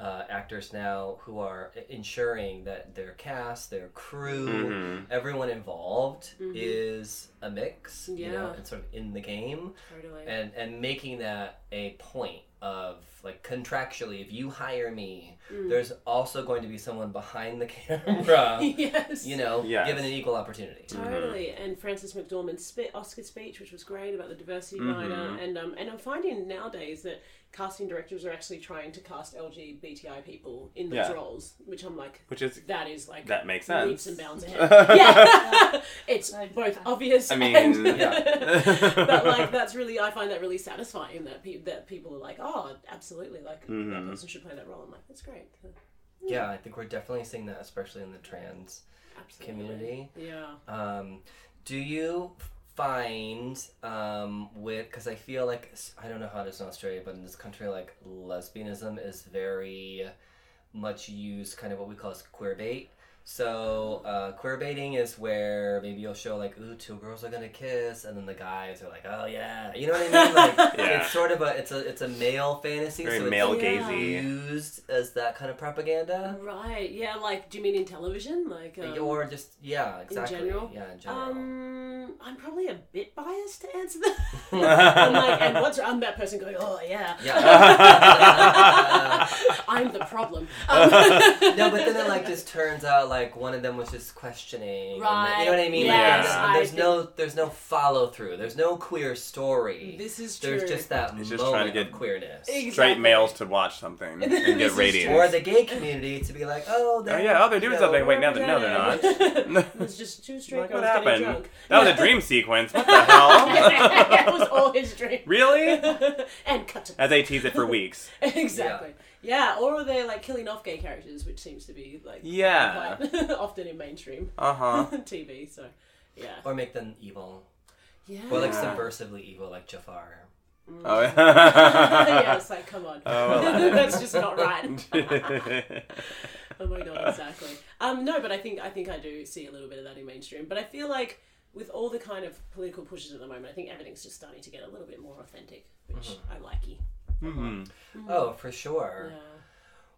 Speaker 1: Uh, actors now who are i- ensuring that their cast, their crew,
Speaker 2: Mhm.
Speaker 1: everyone involved is a mix, you know,
Speaker 3: Mm-hmm. Yeah.
Speaker 1: and sort of in the game,
Speaker 3: Totally.
Speaker 1: and and making that a point of like contractually, if you hire me,
Speaker 3: Mm.
Speaker 1: there's also going to be someone behind the <laughs> camera,
Speaker 3: <laughs> yes.
Speaker 1: you know,
Speaker 2: Yes.
Speaker 1: given an equal opportunity.
Speaker 3: Totally,
Speaker 2: Mm-hmm.
Speaker 3: and Francis McDormand's spe- Oscar speech, which was great about the diversity
Speaker 2: Mm-hmm.
Speaker 3: minor, and um, and I'm finding nowadays that casting directors are actually trying to cast LGBTI people in those
Speaker 2: Yeah.
Speaker 3: roles, which I'm like,
Speaker 2: Which is
Speaker 3: that is like
Speaker 2: that makes
Speaker 3: leaps
Speaker 2: sense.
Speaker 3: and
Speaker 2: <laughs>
Speaker 3: bounds ahead. yeah, <laughs> it's both obvious.
Speaker 2: I mean,
Speaker 3: <laughs> and-
Speaker 1: yeah.
Speaker 2: <laughs>
Speaker 3: but like that's really, I find that really satisfying that pe- that people are like, oh, oh, absolutely, like that
Speaker 2: Mhm.
Speaker 3: person should play that role. I'm like, that's great.
Speaker 1: Yeah, I think we're definitely seeing that, especially in the trans
Speaker 3: Absolutely.
Speaker 1: community.
Speaker 3: Yeah.
Speaker 1: Um, do you find um, with because I feel like I don't know how it is in Australia, but in this country, like lesbianism is very much used, kind of what we call as queer bait. So uh, queer baiting is where maybe you'll show like, ooh, two girls are gonna kiss, and then the guys are like, oh yeah, you know what
Speaker 2: <laughs>
Speaker 1: I mean? Like
Speaker 2: Yeah.
Speaker 1: it's sort of a it's a it's a male fantasy,
Speaker 2: Very
Speaker 1: so it's
Speaker 2: male
Speaker 3: Yeah.
Speaker 2: gazy.
Speaker 1: used as that kind of propaganda.
Speaker 3: Right. Yeah. Like, do you mean in television? Like, um,
Speaker 1: or just yeah, exactly.
Speaker 3: general?
Speaker 1: Yeah, in general.
Speaker 3: um, I'm probably a bit biased to answer
Speaker 2: <laughs>
Speaker 3: that. <laughs> I'm like, and what's I'm that person going? Oh yeah.
Speaker 1: Yeah.
Speaker 3: <laughs> I'm
Speaker 2: <laughs>
Speaker 3: the problem. Um,
Speaker 1: <laughs> no, but then it like just turns out like one of them was just questioning. And then,
Speaker 3: Right.
Speaker 1: you know what I mean?
Speaker 2: Yes,
Speaker 1: Like,
Speaker 3: I
Speaker 1: there's, there's no there's no follow through. There's no queer story.
Speaker 3: This is true.
Speaker 1: there's just that
Speaker 2: He's
Speaker 1: moment
Speaker 2: just trying to get-
Speaker 1: of queerness.
Speaker 3: Exactly.
Speaker 2: Straight males to watch something and
Speaker 3: <laughs> This
Speaker 2: get
Speaker 3: is
Speaker 2: ratings.
Speaker 1: Or the gay community to be like, oh,
Speaker 2: Oh
Speaker 1: they're,
Speaker 2: yeah, oh they're doing
Speaker 1: you know,
Speaker 2: something. Wait, no, they're, no, they're not. <laughs>
Speaker 3: It's just two straight
Speaker 2: Like,
Speaker 3: girls
Speaker 2: what happened?
Speaker 3: getting drunk.
Speaker 2: That was a
Speaker 3: <laughs> Yeah.
Speaker 2: dream sequence. What the
Speaker 3: <laughs>
Speaker 2: hell?
Speaker 3: that was all his dream.
Speaker 2: <laughs> really?
Speaker 3: and cut. to-
Speaker 2: As they tease it for weeks.
Speaker 3: <laughs> exactly. Yeah. or they're like killing off gay characters, which seems to be like
Speaker 2: Yeah.
Speaker 3: quite <laughs> often in mainstream
Speaker 2: Uh huh.
Speaker 3: <laughs> TV. So yeah,
Speaker 1: Or make them evil.
Speaker 3: yeah.
Speaker 1: Or like
Speaker 2: Yeah.
Speaker 1: subversively evil, like Jafar.
Speaker 3: Mm-hmm. <laughs>
Speaker 1: <laughs>
Speaker 2: Oh.
Speaker 3: yeah, it's like come on,
Speaker 2: <laughs>
Speaker 3: <laughs>
Speaker 2: Oh, well.
Speaker 3: that's just not
Speaker 2: <laughs>
Speaker 3: right.
Speaker 2: Mm-hmm.
Speaker 3: Oh my god, exactly. Um, no, but I think I think I do see a little bit of that in mainstream. But I feel like with all the kind of political pushes at the moment, I think everything's just starting to get a little bit more authentic, which
Speaker 2: Mm-hmm.
Speaker 3: I likey.
Speaker 2: Mhm.
Speaker 3: Mm.
Speaker 1: Oh, for sure.
Speaker 3: Yeah.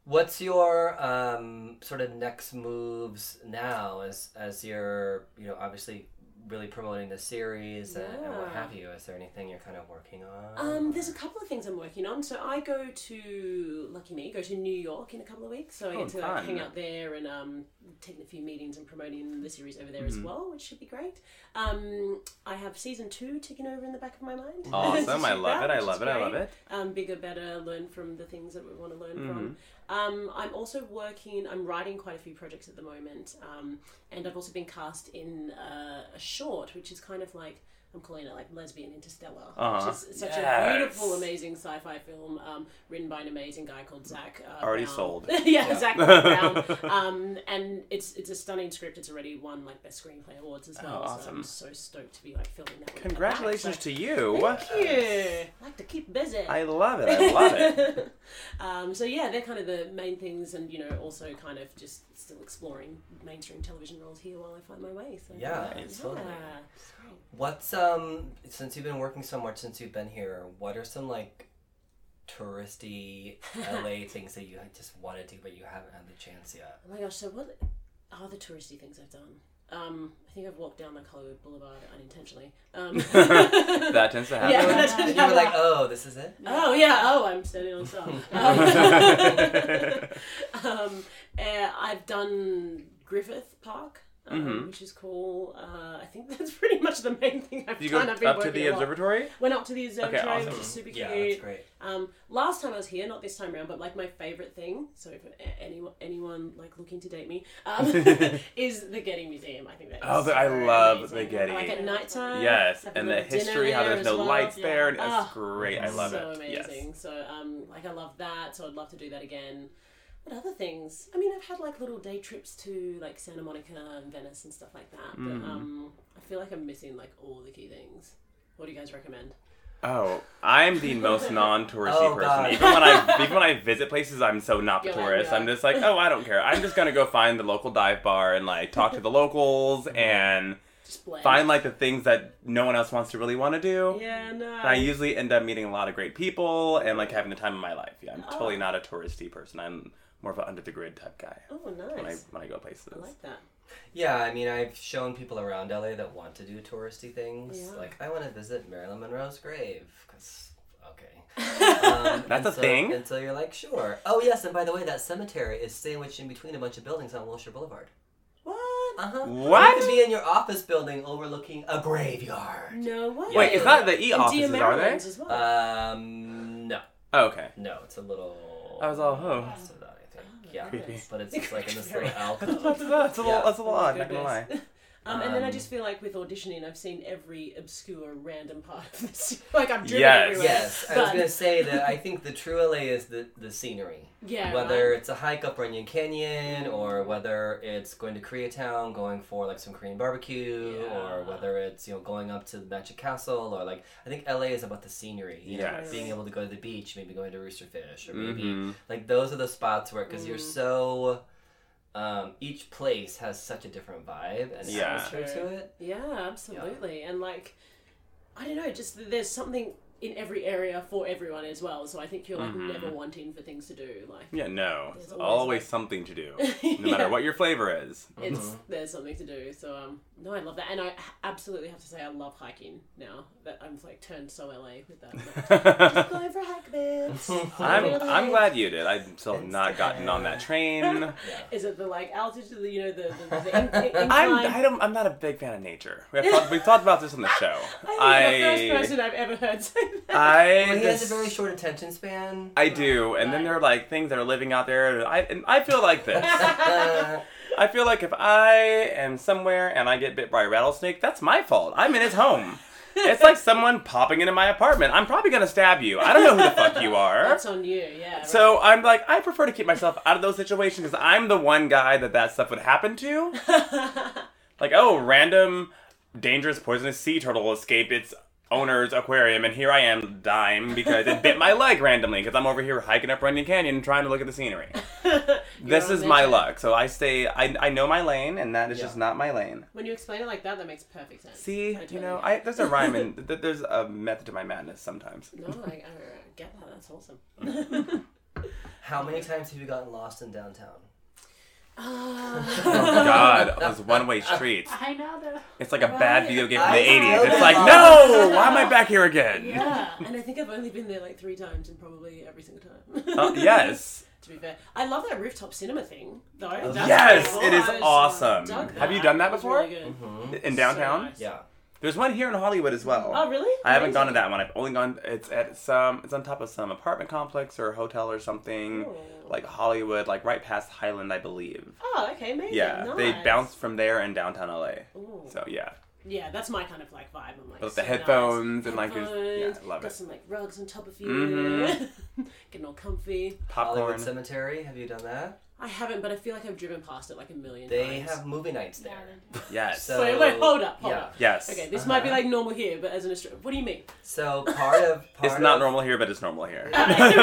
Speaker 1: What's your um, sort of next moves now as as you're you know obviously really promoting the series and, and what
Speaker 3: Yeah.
Speaker 1: have you? Is there anything you're kind of working on?
Speaker 3: Um, there's a couple of things I'm working on. So I go to lucky me, go to New York in a couple of weeks. So I
Speaker 2: Oh,
Speaker 3: get to like,
Speaker 2: fun.
Speaker 3: hang out there and um, taking a few meetings and promoting the series over there
Speaker 2: Mm-hmm.
Speaker 3: as well, which should be great. Um, I have season two ticking over in the back of my mind.
Speaker 2: Awesome.
Speaker 3: <laughs> To
Speaker 2: I
Speaker 3: shoot
Speaker 2: love it.
Speaker 3: that,
Speaker 2: I
Speaker 3: which is
Speaker 2: love it. I
Speaker 3: great.
Speaker 2: love it.
Speaker 3: um, bigger, better, learn from the things that we want to learn from.
Speaker 2: Mm-hmm.
Speaker 3: Um, I'm also working, I'm writing quite a few projects at the moment, um, and I've also been cast in uh, a short, which is kind of like, I'm calling it like Lesbian Interstellar,
Speaker 2: Uh-huh.
Speaker 3: which is such
Speaker 2: Yes.
Speaker 3: a beautiful, amazing sci fi film um, written by an amazing guy called Zach. Uh,
Speaker 2: Already
Speaker 3: Brown.
Speaker 2: sold.
Speaker 3: <laughs> yeah, Zach Brown.
Speaker 2: <laughs>
Speaker 3: Um, and it's it's a stunning script. It's already won like Best Screenplay Awards as well. So I'm
Speaker 2: Oh, awesome.
Speaker 3: so stoked to be like filming that. with my back.
Speaker 2: Congratulations
Speaker 3: So-
Speaker 2: to you.
Speaker 3: Thank you. like to keep busy.
Speaker 2: I love it. I love
Speaker 3: <laughs>
Speaker 2: it.
Speaker 3: um, so yeah, they're kind of the main things, and you know, also kind of just still exploring mainstream television roles here while I find my way. So
Speaker 1: Yeah,
Speaker 3: yeah. Oh
Speaker 1: totally.
Speaker 3: it's
Speaker 1: What's um since you've been working so much since you've been here? What are some like
Speaker 3: <laughs>
Speaker 1: touristy LA things that you just want to do but you haven't had the chance
Speaker 3: <laughs>
Speaker 1: yet? <laughs>
Speaker 3: Oh my gosh! So what are the touristy things I've done? Um, I think I've walked down like Hollywood Boulevard unintentionally. Um,
Speaker 2: <laughs>
Speaker 3: <laughs>
Speaker 2: That tends to happen.
Speaker 3: Yeah,
Speaker 1: And
Speaker 3: that's-
Speaker 1: you were like, oh, this is it.
Speaker 3: Oh yeah. Oh, I'm standing on
Speaker 2: <laughs>
Speaker 3: star. Um, <laughs> um, eh, I've done Griffith Park, um,
Speaker 2: Mm-hmm.
Speaker 3: which is cool. Uh, I think <laughs> that's pretty much the main thing I've
Speaker 2: Did <laughs> you go
Speaker 3: done. I've been
Speaker 2: up to
Speaker 3: working
Speaker 2: the
Speaker 3: a lot.
Speaker 2: observatory?
Speaker 3: Went up to the observatory,
Speaker 2: awesome.
Speaker 3: which is super
Speaker 1: Yeah,
Speaker 3: cute.
Speaker 1: that's great.
Speaker 3: Um, last time I was here, not this time around, but like my favorite thing. So if a- anyone anyone like looking to date me,
Speaker 2: <laughs>
Speaker 3: um, <laughs> is the Getty Museum. I think that. is
Speaker 2: Oh, the- I
Speaker 3: so
Speaker 2: love
Speaker 3: amazing.
Speaker 2: the Getty.
Speaker 3: Like at nighttime.
Speaker 2: Yes,
Speaker 3: have a
Speaker 2: and the
Speaker 3: little dinner
Speaker 2: history, how
Speaker 3: there
Speaker 2: there's
Speaker 3: as
Speaker 2: no
Speaker 3: well.
Speaker 2: lights there, and
Speaker 3: Ah.
Speaker 2: it's great. I love
Speaker 3: so
Speaker 2: it.
Speaker 3: amazing. So um, like I love that. So I'd love to do that again. But other things, I mean, I've had like little day trips to like Santa Monica and Venice and stuff like that.
Speaker 2: Mm.
Speaker 3: But um, I feel like I'm missing like all the key things. What do you guys recommend?
Speaker 2: Yes. Oh, I'm the
Speaker 3: <laughs>
Speaker 2: most non-touristy
Speaker 1: Oh,
Speaker 2: person.
Speaker 1: God.
Speaker 2: Even when I even when I visit places, I'm so not the
Speaker 3: Yeah,
Speaker 2: tourist.
Speaker 3: yeah.
Speaker 2: I'm just like, oh, I don't care. I'm just gonna go find the local dive bar and like talk
Speaker 3: <laughs>
Speaker 2: to the locals and
Speaker 3: Just blend.
Speaker 2: find like the things that no one else wants to really want to do.
Speaker 3: Yeah, no.
Speaker 2: And I usually end up meeting a lot of great people and like having the time of my life. Yeah, I'm
Speaker 3: Oh.
Speaker 2: totally not a touristy person. I'm more of an under the grid type guy
Speaker 3: oh,
Speaker 2: when I
Speaker 3: nice.
Speaker 2: when I go places.
Speaker 3: I like that.
Speaker 1: Yeah, I mean, I've shown people around LA that want to do touristy things.
Speaker 3: Yeah.
Speaker 1: Like, I want to visit Marilyn Monroe's grave. Because, okay. Um, and
Speaker 2: That's a
Speaker 1: so-
Speaker 2: thing?
Speaker 1: And so you're like, sure. Oh, yes, and by the way, that cemetery is sandwiched in between a bunch of buildings on Wilshire Boulevard.
Speaker 3: What?
Speaker 1: Uh huh.
Speaker 2: What?
Speaker 1: You could be in your office building overlooking a graveyard.
Speaker 3: No way.
Speaker 2: Wait, it's not
Speaker 1: that-
Speaker 2: the E
Speaker 3: And
Speaker 2: offices,
Speaker 3: Dear
Speaker 2: are they?
Speaker 3: Maryland's as well.
Speaker 1: Um, no.
Speaker 2: Oh, okay.
Speaker 1: No, it's a little.
Speaker 2: I was all, oh.
Speaker 1: So that, I think.
Speaker 3: Oh my
Speaker 1: yeah.
Speaker 3: goodness.
Speaker 1: But it's just like in this little alcove.
Speaker 2: That's a little, that's a little
Speaker 1: Yeah.
Speaker 2: odd, not gonna
Speaker 3: Goodness.
Speaker 2: lie.
Speaker 3: <laughs> Um, and then I
Speaker 1: Um,
Speaker 3: just feel like with auditioning, I've seen every obscure, random part of this. <laughs> like I'm driven
Speaker 2: Yes.
Speaker 3: everywhere.
Speaker 1: Yes, I was
Speaker 3: But-
Speaker 1: gonna say that I think the true LA is the, the scenery.
Speaker 3: Yeah. um,
Speaker 1: whether
Speaker 3: right.
Speaker 1: it's a hike up Runyon Canyon or whether it's going to Koreatown, going for like some Korean barbecue,
Speaker 3: Yeah.
Speaker 1: or whether it's you know going up to the Magic Castle or like I think LA is about the scenery. You know,
Speaker 2: Yes.
Speaker 1: being able to go to the beach, maybe going to Rooster Fish, or maybe
Speaker 2: hmm
Speaker 1: like those are the spots where because you're
Speaker 3: Mm.
Speaker 1: so. Um, each place has such a different vibe and
Speaker 2: Yeah.
Speaker 1: atmosphere to it.
Speaker 3: Yeah, absolutely. And like, I don't know, just th- there's something in every area for everyone as well. So I think you're like
Speaker 2: Mhm.
Speaker 3: never wanting for things to do. Like, <laughs>
Speaker 2: Yeah, no.
Speaker 3: There's
Speaker 2: There's
Speaker 3: always-
Speaker 2: always, something to do, no matter
Speaker 3: Yeah.
Speaker 2: what Mm-hmm. your flavor is.
Speaker 3: it's there's something to do. So um, no, I love that, and I absolutely have to say I love hiking now. That I'm like turned so LA with that. Like,
Speaker 2: <laughs> I'm
Speaker 3: Going for a hike, bitch.
Speaker 2: I'm glad you did. I still have not gotten on that train.
Speaker 3: Is it the like altitude? The, you know the the, <laughs> the in, in, incline.
Speaker 2: I'm I don't, I'm not a big fan of nature. We've talked, we've talked about this on the show.
Speaker 3: I think you're the first
Speaker 2: I
Speaker 3: person I've ever heard say that.
Speaker 2: I,
Speaker 1: Well, he has a
Speaker 2: just-
Speaker 1: very short attention
Speaker 2: <laughs>
Speaker 1: span.
Speaker 2: I do, and then there are like things that are living out there. And I and I feel like this.
Speaker 1: Uh,
Speaker 2: I feel like if I am somewhere and I get bit by a rattlesnake, that's my fault. I'm in his home. It's like someone popping into my apartment. I'm probably gonna stab you. I don't know who the fuck you are.
Speaker 3: That's on you,
Speaker 2: <laughs>
Speaker 3: yeah. <laughs>
Speaker 2: So I'm like, I prefer to keep myself out of those situations because I'm the one guy that that stuff would happen to.
Speaker 3: right.
Speaker 2: Like, oh, random dangerous poisonous sea turtle escaped its owner's aquarium, and here I am dying because it bit my leg randomly because I'm over here hiking up Runyon Canyon trying to look at the scenery. this
Speaker 3: on
Speaker 2: is my
Speaker 3: mission.
Speaker 2: luck. So I stay, I, I know my lane, and that is
Speaker 1: Yeah.
Speaker 2: just not my lane.
Speaker 3: When you explain it like that, that makes perfect sense.
Speaker 2: See,
Speaker 3: I
Speaker 2: you
Speaker 3: totally
Speaker 2: know,
Speaker 3: get
Speaker 2: I,
Speaker 3: it.
Speaker 2: there's a rhyme and th- there's a method to my madness sometimes.
Speaker 3: No, I, I get that. That's awesome. <laughs>
Speaker 1: how many times have you gotten lost in downtown?
Speaker 2: <laughs> Oh,
Speaker 3: Ah.
Speaker 2: God, those one way streets.
Speaker 4: I know though.
Speaker 2: <laughs> It's like a bad
Speaker 3: Right.
Speaker 2: video game from
Speaker 1: I
Speaker 2: the 80s.
Speaker 1: know.
Speaker 2: It's like, no, why am I back here again?
Speaker 3: <laughs> Yeah, Oh, and I think I've only been there like three times, and probably every single time. <laughs>
Speaker 2: Uh, yes.
Speaker 3: To be fair, I love that rooftop cinema thing though.
Speaker 1: Oh,
Speaker 3: That's
Speaker 2: yes,
Speaker 3: cool.
Speaker 2: it is
Speaker 3: I was, uh,
Speaker 2: awesome.
Speaker 3: dug
Speaker 2: Have you done that
Speaker 3: It was
Speaker 2: before?
Speaker 3: really good.
Speaker 1: Mm-hmm.
Speaker 2: In
Speaker 3: So
Speaker 2: downtown?
Speaker 3: nice.
Speaker 1: Yeah.
Speaker 2: There's one here in Hollywood as well.
Speaker 3: Oh really?
Speaker 2: I haven't gone to
Speaker 3: Amazing.
Speaker 2: that one. I've only gone. It's at some. It's on top of some apartment complex or hotel or something,
Speaker 3: Oh.
Speaker 2: like Hollywood, like right past Highland, I believe.
Speaker 3: Oh, okay, amazing.
Speaker 2: Yeah, they
Speaker 3: nice.
Speaker 2: bounce from there in downtown LA.
Speaker 3: Ooh.
Speaker 2: So yeah,
Speaker 3: Yeah, that's my kind of like vibe. I'm like
Speaker 2: With
Speaker 3: so
Speaker 2: the headphones
Speaker 3: nice.
Speaker 2: and, like, just- yeah,
Speaker 3: Headphones,
Speaker 2: I love
Speaker 3: got
Speaker 2: it.
Speaker 3: some like rugs on top of you,
Speaker 2: Mhm.
Speaker 3: <laughs> getting all comfy.
Speaker 1: Hollywood
Speaker 2: popcorn.
Speaker 1: Cemetery. Have you done that?
Speaker 3: I haven't, but I feel like I've driven past it like a million
Speaker 1: They
Speaker 3: times.
Speaker 1: have movie nights there.
Speaker 2: Yes.
Speaker 1: So-
Speaker 3: wait, wait, hold up, hold
Speaker 1: yeah.
Speaker 3: up.
Speaker 2: yes.
Speaker 3: Okay, this might be
Speaker 1: Uh-huh.
Speaker 3: like normal here, but as an Australian, what do you
Speaker 2: <laughs>
Speaker 3: mean? <laughs>
Speaker 1: So part of part
Speaker 2: It's not
Speaker 1: of,
Speaker 2: normal here, but it's normal here.
Speaker 3: Uh, <laughs> right,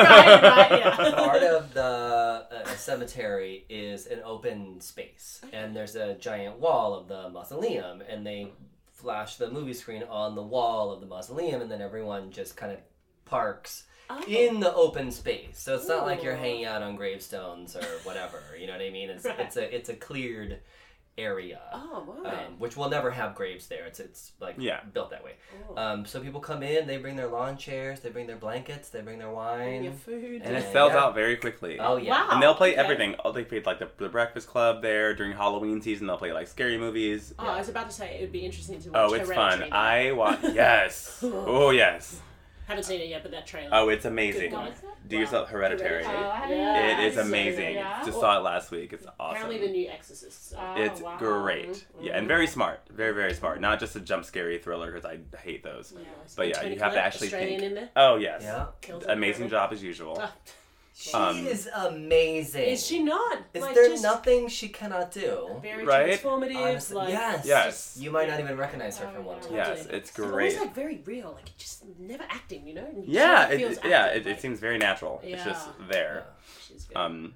Speaker 3: right,
Speaker 2: <laughs>
Speaker 3: yeah.
Speaker 1: <laughs> part of the uh, cemetery is an open space, and there's a giant wall of the mausoleum, and they flash the movie screen on the wall of the mausoleum, and then everyone just kind of parks
Speaker 3: Oh.
Speaker 1: in the open space. So it's not like you're
Speaker 3: Ooh.
Speaker 1: hanging out on gravestones or whatever. You know what I mean? It's
Speaker 3: Right.
Speaker 1: it's a it's a cleared area.
Speaker 3: Oh, wow.
Speaker 1: Um, which will never have graves there. It's it's like
Speaker 2: Yeah.
Speaker 1: built that way.
Speaker 3: Oh.
Speaker 1: Um, so people come in, they bring their lawn chairs, they bring their blankets, they bring their
Speaker 3: And your
Speaker 1: wine.
Speaker 2: um,
Speaker 3: food.
Speaker 2: And
Speaker 1: Yeah,
Speaker 2: it sells
Speaker 1: yeah.
Speaker 2: out very quickly.
Speaker 1: Oh yeah.
Speaker 3: Wow.
Speaker 2: And they'll play
Speaker 3: okay.
Speaker 2: everything. Oh, they played like the, the Breakfast Club there during Halloween season. They'll play like scary movies.
Speaker 3: Oh, I was about to say it would be interesting to watch.
Speaker 2: Oh, it's fun.
Speaker 3: Hereditary.
Speaker 2: I
Speaker 3: <laughs>
Speaker 2: watch. Yes. Oh yes.
Speaker 3: haven't seen it yet, but that trailer.
Speaker 2: Oh, it's amazing.
Speaker 3: Good one.
Speaker 2: Do yourself hereditary.
Speaker 4: Oh, I haven't
Speaker 3: Yeah.
Speaker 4: even-
Speaker 2: It is
Speaker 3: Yeah.
Speaker 2: amazing.
Speaker 4: Yeah.
Speaker 2: Just saw it last week. It's awesome.
Speaker 3: Apparently, the new Mm-hmm. Exorcist. So.
Speaker 4: Oh,
Speaker 2: it's
Speaker 4: wow.
Speaker 2: great. Yeah, and very smart. Very very smart. Not just a jump scary thriller because I hate those.
Speaker 3: Yeah, it's
Speaker 2: But
Speaker 3: got
Speaker 2: yeah,
Speaker 3: Tony
Speaker 2: you have to
Speaker 3: Collette,
Speaker 2: actually
Speaker 3: Australian
Speaker 2: think.
Speaker 3: in there.
Speaker 2: Oh yes.
Speaker 1: Yeah.
Speaker 3: Kills it,
Speaker 2: Amazing
Speaker 3: apparently.
Speaker 2: job as usual.
Speaker 3: Ah,
Speaker 1: She
Speaker 2: Um,
Speaker 1: is amazing.
Speaker 3: is she not?
Speaker 1: Is
Speaker 3: like,
Speaker 1: there
Speaker 3: just
Speaker 1: nothing she cannot do?
Speaker 3: Very
Speaker 2: Right?
Speaker 3: transformative.
Speaker 1: Honestly,
Speaker 3: like,
Speaker 1: yes.
Speaker 2: Yes.
Speaker 1: You might not even recognize her
Speaker 4: Oh,
Speaker 1: from one
Speaker 4: yeah.
Speaker 1: time.
Speaker 2: Yes,
Speaker 3: Totally.
Speaker 2: it's
Speaker 3: It's
Speaker 2: great.
Speaker 3: always like very real, like it just never acting, you know? And you
Speaker 2: Yeah,
Speaker 3: sort of
Speaker 2: it,
Speaker 3: feels
Speaker 2: it- yeah,
Speaker 3: acted,
Speaker 2: it, it
Speaker 3: like,
Speaker 2: seems very natural. It's just
Speaker 3: Yeah.
Speaker 2: there.
Speaker 3: she's good.
Speaker 2: Um,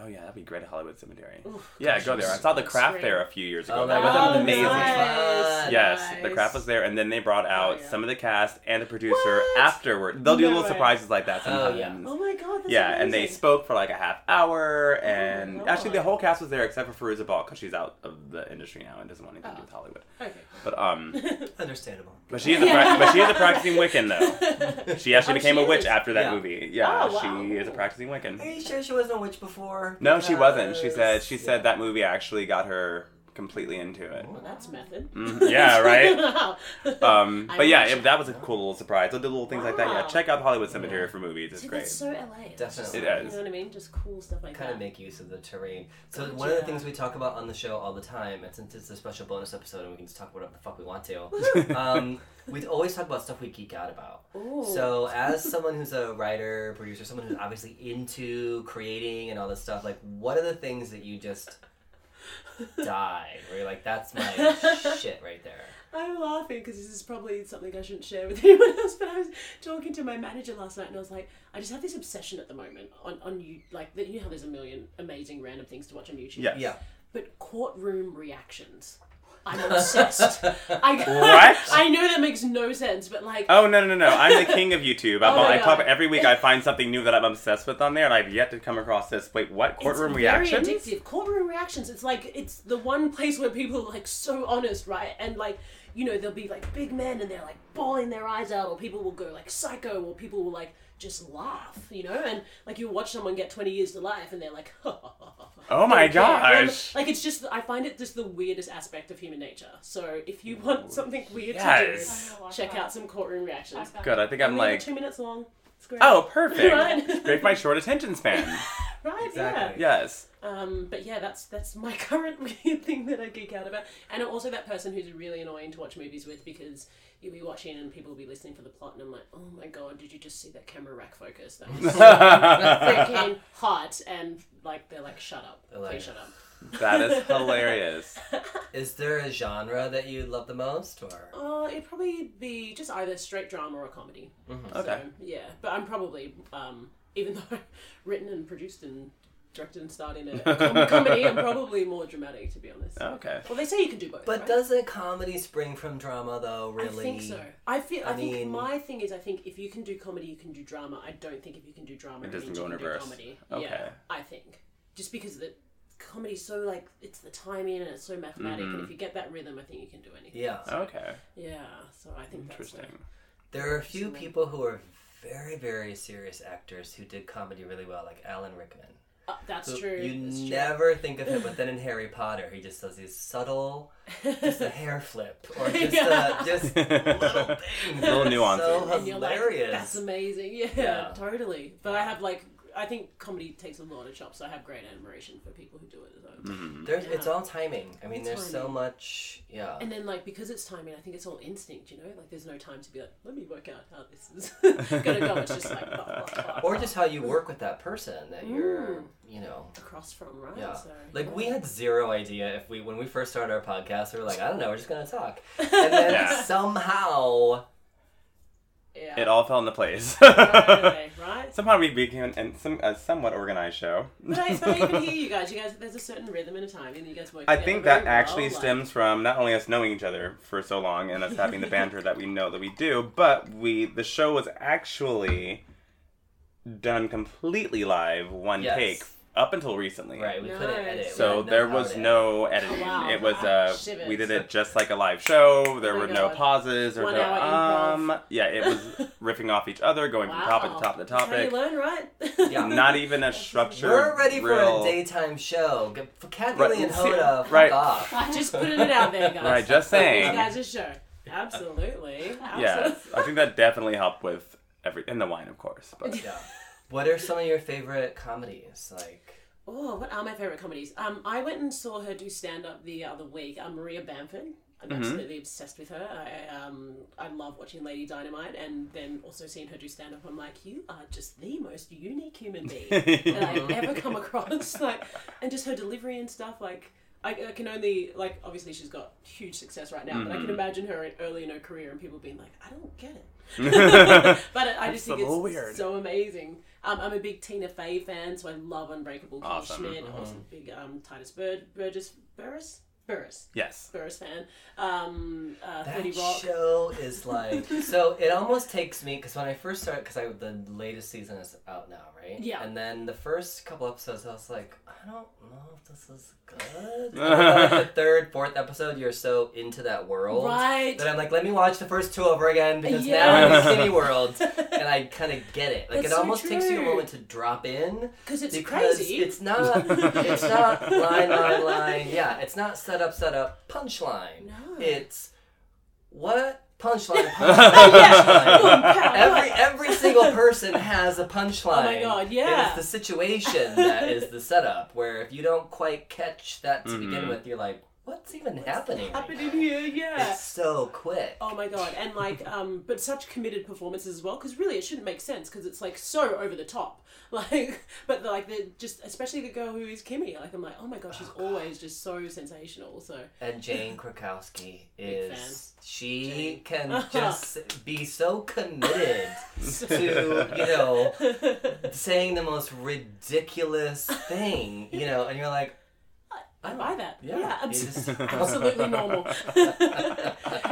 Speaker 2: oh yeah, that'd be great at Hollywood Cemetery.
Speaker 3: Oof,
Speaker 2: yeah,
Speaker 3: gosh,
Speaker 2: go there. I
Speaker 3: it's
Speaker 2: saw the
Speaker 3: so
Speaker 2: craft
Speaker 3: sweet.
Speaker 2: there a few years ago.
Speaker 1: Oh,
Speaker 2: that
Speaker 1: that
Speaker 2: was
Speaker 1: was
Speaker 2: amazing.
Speaker 1: nice.
Speaker 2: Yes, the craft was there, and then they brought out
Speaker 3: Oh, yeah.
Speaker 2: some of the cast and the producer
Speaker 3: What?
Speaker 2: afterward. They'll do
Speaker 3: No
Speaker 2: little
Speaker 3: way.
Speaker 2: surprises like that
Speaker 1: Oh,
Speaker 2: sometimes.
Speaker 1: yeah.
Speaker 3: Oh my god, that's
Speaker 2: Yeah, and they
Speaker 3: amazing.
Speaker 2: spoke for like a half hour,
Speaker 3: Oh,
Speaker 2: and
Speaker 3: my
Speaker 2: actually the
Speaker 3: God.
Speaker 2: whole cast was there except for Feruza Balk because she's out of the industry now and doesn't want anything to do
Speaker 3: Oh.
Speaker 2: with Hollywood.
Speaker 3: Okay.
Speaker 2: But um,
Speaker 1: Understandable.
Speaker 2: but she is
Speaker 3: <laughs>
Speaker 2: a prac- but she is a practicing Wiccan though. <laughs>
Speaker 1: <laughs>
Speaker 2: She actually
Speaker 3: Oh,
Speaker 2: became
Speaker 3: she
Speaker 2: a witch
Speaker 3: is?
Speaker 2: after that
Speaker 1: Yeah.
Speaker 2: movie. Yeah,
Speaker 3: Oh, wow.
Speaker 2: she is a practicing Wiccan.
Speaker 1: Are you sure she wasn't a witch before?
Speaker 2: No, she wasn't. She
Speaker 1: Because-
Speaker 2: said she
Speaker 1: Yeah.
Speaker 2: said that movie actually got her completely into it.
Speaker 3: <laughs> Well, that's method.
Speaker 2: Mhm.
Speaker 3: <laughs>
Speaker 2: Yeah, right?
Speaker 3: Wow.
Speaker 2: Um,
Speaker 3: I
Speaker 2: but yeah,
Speaker 3: wish-
Speaker 2: it, that was a cool little surprise. I did little things like that. Yeah,
Speaker 3: Wow.
Speaker 2: check out the Hollywood Cemetery for movies. It's
Speaker 3: See,
Speaker 2: great.
Speaker 3: that's
Speaker 2: <laughs>
Speaker 3: so LA. That's just-
Speaker 1: Definitely.
Speaker 2: It
Speaker 3: You
Speaker 2: is.
Speaker 3: know what I mean? Just cool stuff like
Speaker 1: kind
Speaker 3: that.
Speaker 1: of make use of the terrain. So
Speaker 3: Gotcha.
Speaker 1: one of the things we talk about on the show all the time, and since it's a special bonus episode and we can just talk whatever the fuck we want to,
Speaker 3: <laughs>
Speaker 1: um, we always talk about stuff we geek out about.
Speaker 3: Ooh.
Speaker 1: So as someone who's a writer, producer, someone who's obviously into creating and all this stuff, like what are the things that you just die? Where you're like, that's my shit right there.
Speaker 3: I'm laughing because this is probably something I shouldn't share with <laughs> anyone else. But I was talking to my manager last night, and I was like, I just have this obsession at the moment on on you like that. You know how there's a million amazing random things to watch on YouTube.
Speaker 2: Yes.
Speaker 1: Yeah.
Speaker 3: But courtroom reactions, I'm
Speaker 1: <laughs>
Speaker 3: <laughs> obsessed. I
Speaker 2: What?
Speaker 3: I know that makes no sense, but like,
Speaker 2: Oh no no no! I'm the king of YouTube. I'm,
Speaker 3: <laughs> Oh my
Speaker 2: I pop
Speaker 3: God.
Speaker 2: every week. I find something new that I'm obsessed with on there, and I've yet to come across this. Wait, what courtroom
Speaker 3: it's
Speaker 2: reaction?
Speaker 3: Very addictive. Courtroom reactions. It's like it's the one place where people are like so honest, right? And like you know there'll be like big men and they're like bawling their eyes out, or people will go like psycho, or people will like just laugh, you know? And like you watch someone get twenty years to life, and they're like, <laughs>
Speaker 2: Oh my
Speaker 3: don't care. Um,
Speaker 2: gosh!
Speaker 3: Like it's just I find it just the weirdest aspect of human nature. So if you want something weird
Speaker 2: Yes.
Speaker 3: to do, check out some courtroom reactions.
Speaker 2: Good. I think I'm
Speaker 3: Only
Speaker 2: like,
Speaker 3: two minutes long. It's great.
Speaker 2: oh perfect.
Speaker 3: <laughs> Right.
Speaker 2: Break my short attention span.
Speaker 3: <laughs> right, yeah.
Speaker 1: Exactly.
Speaker 3: <laughs>
Speaker 2: Yes.
Speaker 3: Um, but yeah, that's that's my <laughs> current weird thing that I geek out about, and I'm also that person who's really annoying to watch movies with because you'll be watching and people will be listening for the plot, and I'm like, oh my god, did you just see that camera rack focus? That
Speaker 2: <laughs>
Speaker 3: was so freaking hot, and like they're like, shut up,
Speaker 1: Hilarious.
Speaker 3: please shut up.
Speaker 2: That
Speaker 3: <laughs>
Speaker 2: is hilarious.
Speaker 1: Is there a genre that you love the most, or
Speaker 3: Uh, it'd probably be just either straight drama or comedy.
Speaker 2: Okay.
Speaker 3: So, yeah, but I'm probably um, even <laughs> though written and produced and directed and starred in a com- comedy, I'm probably more dramatic to be honest.
Speaker 2: Okay.
Speaker 3: Well, they say you can do both.
Speaker 1: But
Speaker 3: right?
Speaker 1: doesn't comedy spring from drama though? Really?
Speaker 3: I think so. I feel. I,
Speaker 1: I
Speaker 3: think
Speaker 1: mean-
Speaker 3: my thing is, I think if you can do comedy, you can do drama. I don't think if you can do drama,
Speaker 2: It doesn't
Speaker 3: means
Speaker 2: go
Speaker 3: you
Speaker 2: in
Speaker 3: can do
Speaker 2: reverse.
Speaker 3: Comedy. Yeah,
Speaker 2: Okay.
Speaker 3: I think just because the comedy's so like it's the timing and it's so mathematic,
Speaker 2: Mm-hmm.
Speaker 3: and if you get that rhythm, I think you can do anything.
Speaker 1: Yeah.
Speaker 2: Okay.
Speaker 3: Yeah. So I think
Speaker 2: Interesting.
Speaker 1: There are a few people who are very, very serious actors who did comedy really well, like Alan Rickman.
Speaker 3: That's, uh, that's
Speaker 1: So
Speaker 3: true.
Speaker 1: You
Speaker 3: that's true.
Speaker 1: never think of him, but then in Harry Potter, he just does these subtle, just
Speaker 3: <laughs>
Speaker 1: a hair flip or just
Speaker 3: Yeah.
Speaker 1: a, just
Speaker 2: <laughs>
Speaker 1: little things,
Speaker 2: Little
Speaker 1: So
Speaker 2: nuances.
Speaker 3: And you're like,
Speaker 1: hilarious.
Speaker 3: that's amazing. <laughs> Yeah,
Speaker 1: Yeah.
Speaker 3: totally. But I have like. I think comedy takes a lot of chops. So I have great admiration for people who do it as well.
Speaker 2: Mm-hmm.
Speaker 3: <laughs>
Speaker 1: There's, It's all timing. I mean,
Speaker 3: It's
Speaker 1: there's so
Speaker 3: timing.
Speaker 1: much. Yeah.
Speaker 3: And then, like, because it's timing, I think it's all instinct, you know? Like, there's no time to be like, let me work out how this is <laughs> gonna go. It's just like, blah, blah, blah,
Speaker 1: Or just how you work with that person that
Speaker 3: Mm.
Speaker 1: you're, you know.
Speaker 3: across from, right?
Speaker 1: Yeah.
Speaker 3: So,
Speaker 1: Like
Speaker 3: yeah.
Speaker 1: we had zero idea if we when we first started our podcast, we were like, I don't know, we're just gonna talk. And then
Speaker 2: <laughs> Yeah.
Speaker 1: somehow
Speaker 3: yeah. <laughs>
Speaker 2: It all fell into place.
Speaker 3: Totally, right?
Speaker 2: Somehow we became an, some, a somewhat organized show.
Speaker 3: But I, but I even
Speaker 2: <laughs>
Speaker 3: hear you guys. You guys, there's a certain rhythm and a time, and you guys
Speaker 2: I
Speaker 3: work together
Speaker 2: think
Speaker 3: very
Speaker 2: that actually
Speaker 3: well, like-
Speaker 2: stems from not only us knowing each other for so long and us having the banter that we know that we do, but we the show was actually done completely live, one
Speaker 1: Yes.
Speaker 2: take, up until recently.
Speaker 1: Right, we couldn't
Speaker 3: Nice.
Speaker 1: edit. we
Speaker 2: So
Speaker 1: had no
Speaker 2: there
Speaker 1: how
Speaker 2: was
Speaker 1: to
Speaker 2: no editing.
Speaker 3: Wow.
Speaker 2: It was
Speaker 3: Ah,
Speaker 2: uh,
Speaker 3: shivers.
Speaker 2: we did it just like a live show. There
Speaker 3: Oh my
Speaker 2: were no
Speaker 3: God.
Speaker 2: pauses or
Speaker 3: One
Speaker 2: no
Speaker 3: hour improv.
Speaker 2: um. Yeah, it
Speaker 3: <laughs>
Speaker 2: was riffing off each other, going from topic to
Speaker 3: Wow.
Speaker 2: topic to
Speaker 3: That's how you
Speaker 2: topic.
Speaker 3: learn, right?
Speaker 1: Yeah.
Speaker 2: Not even a structure.
Speaker 1: We're ready for
Speaker 2: real...
Speaker 1: a daytime show. G- f- Kathy
Speaker 2: Right,
Speaker 1: Lee and
Speaker 2: see-
Speaker 1: Hoda, fuck
Speaker 2: right.
Speaker 1: off.
Speaker 3: <laughs> I'm <laughs> just putting it out there, guys.
Speaker 2: Right, just
Speaker 3: You
Speaker 2: saying.
Speaker 3: guys are sure.
Speaker 1: <laughs>
Speaker 3: Absolutely.
Speaker 2: Yes,
Speaker 3: Absolutely.
Speaker 2: I think that definitely helped with every and the wine, of course.
Speaker 3: <laughs>
Speaker 2: But
Speaker 1: Yeah. What are some of your favorite comedies? Like,
Speaker 3: Oh, what are my favorite comedies? Um, I went and saw her do stand up the other week. Um, Maria Bamford. I'm absolutely obsessed with her. I I, um, I love watching Lady Dynamite, and then also seeing her do stand up. I'm like, you are just the most unique human being
Speaker 2: <laughs>
Speaker 3: that I've ever come across. <laughs> Like, and just her delivery and stuff. Like, I, I can only like obviously she's got huge success right now, but I can imagine her in, early in her career and people being like, I don't get it.
Speaker 2: <laughs>
Speaker 3: but I just think
Speaker 2: a little
Speaker 3: it's
Speaker 2: weird.
Speaker 3: so amazing. Um, I'm a big Tina Fey fan, so I love Unbreakable Kimmy
Speaker 2: Awesome. Mm-hmm.
Speaker 3: Schmidt. I'm also a big um, Titus Bur- Burgess Burris Burris
Speaker 2: yes,
Speaker 3: Burris fan. Um, uh,
Speaker 1: that
Speaker 3: Thirty Rock.
Speaker 1: show is
Speaker 3: <laughs>
Speaker 1: like. so it almost takes me, because when I first started, because the latest season is out now, right?
Speaker 3: Yeah.
Speaker 1: And then the first couple episodes, I was like, I don't know if this is
Speaker 2: <laughs>
Speaker 1: good. And then, like, the third, fourth episode, you're so into that world.
Speaker 3: Right. <laughs>
Speaker 1: That I'm like, let me watch the first two over again because
Speaker 3: Yeah.
Speaker 1: now I'm in
Speaker 2: <laughs>
Speaker 1: Skinny World and I kind of get it. Like
Speaker 3: That's
Speaker 1: it
Speaker 3: so
Speaker 1: almost takes you a
Speaker 3: true.
Speaker 1: moment to drop in
Speaker 3: Because it's
Speaker 1: because
Speaker 3: crazy. <laughs>
Speaker 1: it's not it's not line line line. Yeah, it's not set setup, setup, punchline.
Speaker 3: No.
Speaker 1: It's what
Speaker 3: <laughs>
Speaker 1: punchline, punchline,
Speaker 3: Yeah. Boom,
Speaker 1: punchline.
Speaker 3: pow,
Speaker 1: Every
Speaker 3: what?
Speaker 1: every single person has a punchline.
Speaker 3: Oh my God, yeah.
Speaker 1: It is the situation that is the setup. Where if you don't quite catch that to begin
Speaker 2: Mhm.
Speaker 1: with, you're like, what's even happening?
Speaker 3: happening here, yeah.
Speaker 1: It's so quick.
Speaker 3: Oh my god,
Speaker 1: <laughs>
Speaker 3: and like, um, but such committed performances as well, because really it shouldn't make sense, because it's like so over the top, <laughs> like, but the, like the just especially the girl who is Kimmy, like I'm like, oh my gosh, she's always just so sensational. So
Speaker 1: And Jane Krakowski
Speaker 3: Big
Speaker 1: is she
Speaker 3: <laughs>
Speaker 1: can
Speaker 3: Uh-huh.
Speaker 1: just be so committed to you know saying the most ridiculous thing you know, and you're like,
Speaker 3: I buy that.
Speaker 1: yeah,
Speaker 3: Yeah,
Speaker 1: it's just-
Speaker 3: abs- <laughs>
Speaker 1: <laughs>
Speaker 3: absolutely normal. <laughs>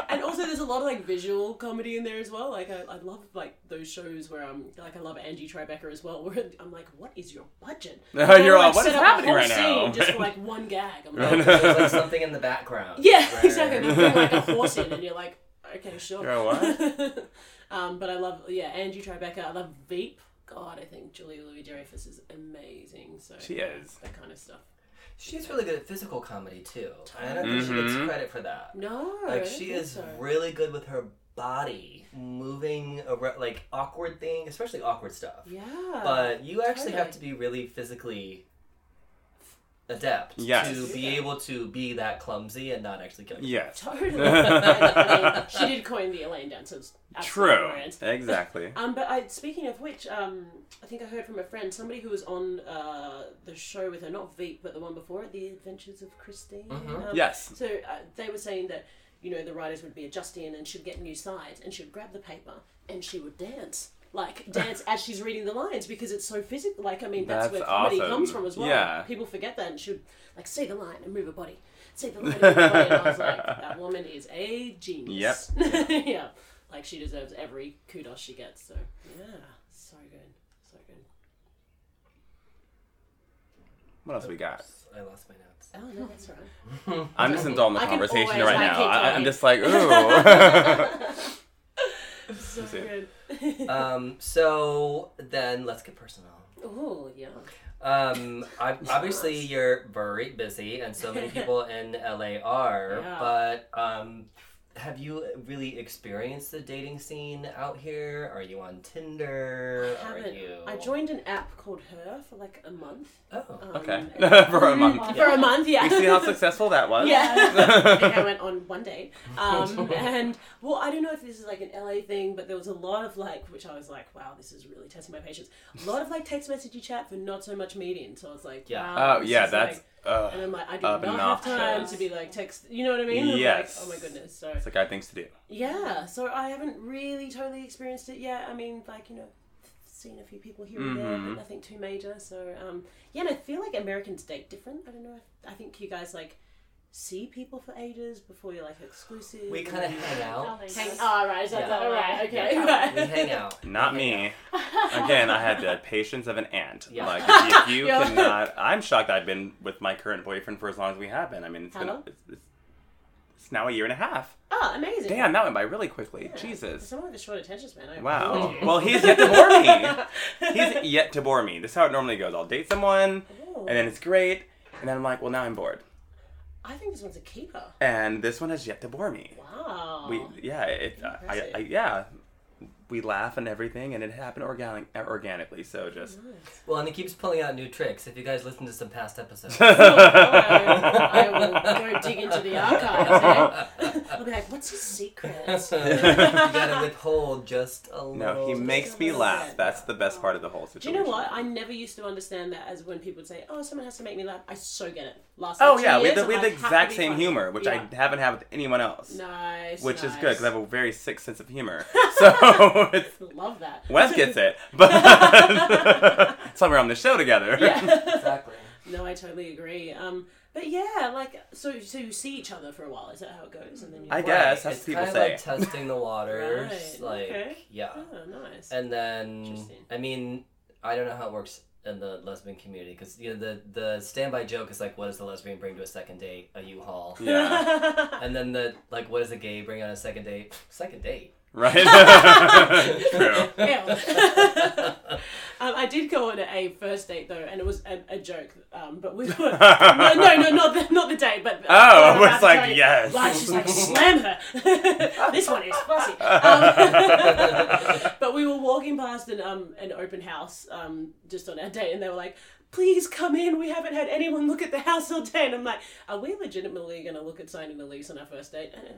Speaker 3: and also, there's a lot of like visual comedy in there as well. Like I, I love like those shows where I'm like I love Angie Tribeca as well. <laughs> Where I'm like, what is your budget?
Speaker 2: <laughs> You're
Speaker 3: They,
Speaker 2: all, "What
Speaker 3: set
Speaker 2: is
Speaker 3: up a
Speaker 2: happening
Speaker 3: whole
Speaker 2: right now?" <laughs>
Speaker 3: scene Just for like one gag. I'm
Speaker 1: oh,
Speaker 3: like,
Speaker 1: there's like something in the background.
Speaker 3: Yeah,
Speaker 1: where-
Speaker 3: <laughs> exactly. They bring like a horse in, and you're like, okay, sure.
Speaker 2: You're a
Speaker 3: <laughs> um, but I love, yeah, Andrew Tribeca. I love Veep. God, I think Julia Louis Dreyfus is amazing. So
Speaker 2: She is.
Speaker 3: that kind of stuff.
Speaker 1: She's really good at physical comedy too. And I don't think she gets
Speaker 2: Mhm.
Speaker 1: credit for that.
Speaker 3: No, I
Speaker 1: Like
Speaker 3: don't
Speaker 1: she
Speaker 3: think
Speaker 1: is
Speaker 3: so.
Speaker 1: really good with her body moving around, like awkward thing, especially awkward stuff.
Speaker 3: Yeah,
Speaker 1: but you actually have
Speaker 3: totally.
Speaker 1: to be really physically adept
Speaker 2: Yes.
Speaker 1: to be able to be that clumsy and not actually kill. yourself. <laughs>
Speaker 2: Yes.
Speaker 3: <laughs> totally. I mean, she did coin the Elaine dance. So it's absolutely
Speaker 2: True.
Speaker 3: brilliant.
Speaker 2: Exactly.
Speaker 3: Um, but I, speaking of which, um, I think I heard from a friend, somebody who was on uh, the show with her, not Veep, but the one before it, The Adventures of Christine. <laughs>
Speaker 1: Mm-hmm.
Speaker 3: Um,
Speaker 2: Yes.
Speaker 3: So uh, they were saying that, you know, the writers would be adjusting and she'd get new sides and she'd grab the paper and she would dance.
Speaker 2: <laughs>
Speaker 3: Like, dance as she's reading the lines because it's so physical. Like, I mean, that's,
Speaker 2: That's
Speaker 3: where comedy
Speaker 2: awesome.
Speaker 3: comes from as well.
Speaker 2: Yeah.
Speaker 3: People forget that and she'd, like, say the line and move her body. Say the line
Speaker 2: <laughs>
Speaker 3: and move her body. And I was like, that woman is a genius. Yep. <laughs> yeah. Like, she deserves every kudos she gets. So, yeah. So good. So good.
Speaker 2: What else we got?
Speaker 1: I lost my
Speaker 3: <laughs>
Speaker 1: notes.
Speaker 3: Oh, no, that's all right.
Speaker 2: I'm just indulging the
Speaker 3: I can
Speaker 2: conversation
Speaker 3: always-
Speaker 2: right
Speaker 3: I
Speaker 2: now.
Speaker 3: keep
Speaker 2: I, I'm
Speaker 3: going.
Speaker 2: just like, ooh.
Speaker 3: <laughs>
Speaker 2: <laughs>
Speaker 3: So
Speaker 2: That's it.
Speaker 3: good.
Speaker 1: Um, so then let's get personal.
Speaker 3: Oh, yeah. <laughs>
Speaker 1: Um, I, obviously you're very busy, and so many
Speaker 3: <laughs>
Speaker 1: people in LA are.
Speaker 3: Yeah.
Speaker 1: But um, have you really experienced the dating scene out here? Are you on Tinder?
Speaker 3: I
Speaker 1: Are
Speaker 3: haven't.
Speaker 1: you?
Speaker 3: I joined an app called Her for like a month.
Speaker 1: Oh.
Speaker 3: Um,
Speaker 2: Okay. <laughs>
Speaker 3: and-
Speaker 2: For a month.
Speaker 3: <laughs> For a month, yeah.
Speaker 2: We see how
Speaker 3: <laughs>
Speaker 2: successful that was. <laughs>
Speaker 3: yeah. I think I went on one day. Um, and, well, I don't know if this is like an LA thing, but there was a lot of like, which I was like, wow, this is really testing my patience. A lot of like text messagey chat for not so much meeting. So I was like,
Speaker 1: Yeah.
Speaker 3: wow,
Speaker 2: Oh
Speaker 3: this
Speaker 2: yeah,
Speaker 3: is,
Speaker 2: that's.
Speaker 3: like-
Speaker 2: Uh,
Speaker 3: and I'm like, I do not
Speaker 2: obnoxious.
Speaker 3: have time to be like text. You know what I mean? I'm like,
Speaker 2: Yes.
Speaker 3: oh my goodness. So
Speaker 2: it's like our things to do.
Speaker 3: yeah, so I haven't really totally experienced it yet. I mean, like, you know, seen a few people here and there,
Speaker 2: Mhm.
Speaker 3: but nothing too major. So, um, yeah, and I feel like Americans date different. I don't know. If, I think you guys, like, see people for ages before you're, like, exclusive.
Speaker 1: We
Speaker 3: and
Speaker 1: kind of
Speaker 3: then-
Speaker 1: hang
Speaker 3: <laughs>
Speaker 1: out.
Speaker 3: Hang, oh, right, so
Speaker 1: Yeah.
Speaker 3: that's all right, okay.
Speaker 1: We
Speaker 3: <laughs>
Speaker 1: hang out.
Speaker 2: Not me. Again, I had the patience of an ant.
Speaker 1: Yeah.
Speaker 2: Like if you, you
Speaker 3: Yeah.
Speaker 2: cannot. I'm shocked. I've been with my current boyfriend for as long as we have been. I mean, it's
Speaker 3: How
Speaker 2: been
Speaker 3: long?
Speaker 2: it's, it's, it's now a year and a half.
Speaker 3: Oh, amazing.
Speaker 2: Damn, that went by really quickly.
Speaker 3: Yeah. For
Speaker 2: Jesus.
Speaker 3: someone with a short attention span, I
Speaker 2: Wow.
Speaker 3: applaud you.
Speaker 2: well, he's yet to bore me. He's yet to bore me. This is how it normally goes. I'll date someone,
Speaker 3: Oh,
Speaker 2: and then it's great, and then I'm like, well, now I'm bored.
Speaker 3: I think this one's a keeper.
Speaker 2: And this one has yet to bore me.
Speaker 3: Wow. <laughs>
Speaker 2: We yeah, it, I, I,
Speaker 3: Impressive.
Speaker 2: yeah, we laugh and everything, and it happened organic, uh, organically. So just
Speaker 1: Well, and he keeps pulling out new tricks. If you guys listen to some past
Speaker 2: <laughs>
Speaker 1: episodes,
Speaker 3: Oh, I
Speaker 2: Oh,
Speaker 3: will go dig into the archives. eh? I'll be like, what's his secret?
Speaker 1: so you gotta withhold just a little.
Speaker 2: no, he makes me laugh. That's the best part of the whole
Speaker 3: Do
Speaker 2: situation.
Speaker 3: you know what? I never used to understand that as when people would say, "Oh, someone has to make me laugh." I so get it. Last.
Speaker 2: Oh
Speaker 3: like, two
Speaker 2: yeah, we have
Speaker 3: years,
Speaker 2: the, we
Speaker 3: I'm
Speaker 2: have the
Speaker 3: like, have to
Speaker 2: exact
Speaker 3: be
Speaker 2: same
Speaker 3: funny.
Speaker 2: humor, which
Speaker 3: Yeah.
Speaker 2: I haven't had with anyone else,
Speaker 3: Nice.
Speaker 2: which is
Speaker 3: nice.
Speaker 2: good because I have a very sick sense of humor. So <laughs> it's,
Speaker 3: <laughs> Love that.
Speaker 2: Wes gets it, but <laughs> that's why we're on the show together.
Speaker 3: <laughs> Yeah.
Speaker 1: Exactly.
Speaker 3: no, I totally agree. Um, but yeah, like so, so you see each other for a while. Is that how it goes? And then you
Speaker 2: <laughs> I guess that's
Speaker 1: it's
Speaker 2: what people
Speaker 1: kind
Speaker 2: say.
Speaker 1: of like testing the waters.
Speaker 3: Right,
Speaker 1: Like,
Speaker 3: okay.
Speaker 1: yeah.
Speaker 3: Oh, nice.
Speaker 2: Uh,
Speaker 1: And then,
Speaker 3: Interesting.
Speaker 1: I mean, I don't know how it works in the lesbian community because you know the the standby joke is like, what does the lesbian bring to a second date? A U-Haul.
Speaker 3: <laughs>
Speaker 2: yeah,
Speaker 1: And then the like, what does a gay bring on a second date? Second date.
Speaker 3: <laughs>
Speaker 1: <laughs>
Speaker 2: right. <laughs> True.
Speaker 3: Ew. Um,
Speaker 2: <laughs>
Speaker 3: I did go on a first date though, and it was a, a joke. Um, but we were no, no, no, not the, not the date, but
Speaker 2: Oh,
Speaker 3: we're
Speaker 2: it's like,
Speaker 3: about to tell you.
Speaker 2: yes.
Speaker 3: Like, she's like slam her. <laughs> this one is fussy. Um, <laughs> but we were walking past an um an open house um just on our date, and they were like. Please come in. We haven't had anyone look at the house all day, and I'm like, "Are we legitimately going to look at signing a lease on our first date?" <laughs> And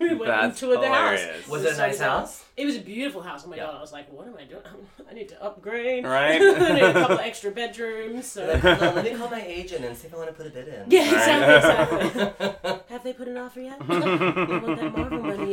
Speaker 3: we went and
Speaker 2: That's
Speaker 3: toured the house.
Speaker 2: hilarious.
Speaker 1: Was it a
Speaker 3: so
Speaker 1: nice
Speaker 3: bizarre.
Speaker 1: house?
Speaker 3: It was a beautiful house. Oh my
Speaker 1: Yeah.
Speaker 3: god! I was like, "What am I doing? <laughs> I need to upgrade.
Speaker 2: Right.
Speaker 3: <laughs> I need a couple extra bedrooms." So
Speaker 1: <laughs>
Speaker 3: <laughs>
Speaker 1: Like, "Well, let me call my agent and see if I want to put a bid in. <laughs>
Speaker 3: yeah, exactly.
Speaker 2: Right.
Speaker 3: exactly. Have they put an offer yet? I want
Speaker 1: <laughs>
Speaker 3: that Marvel money,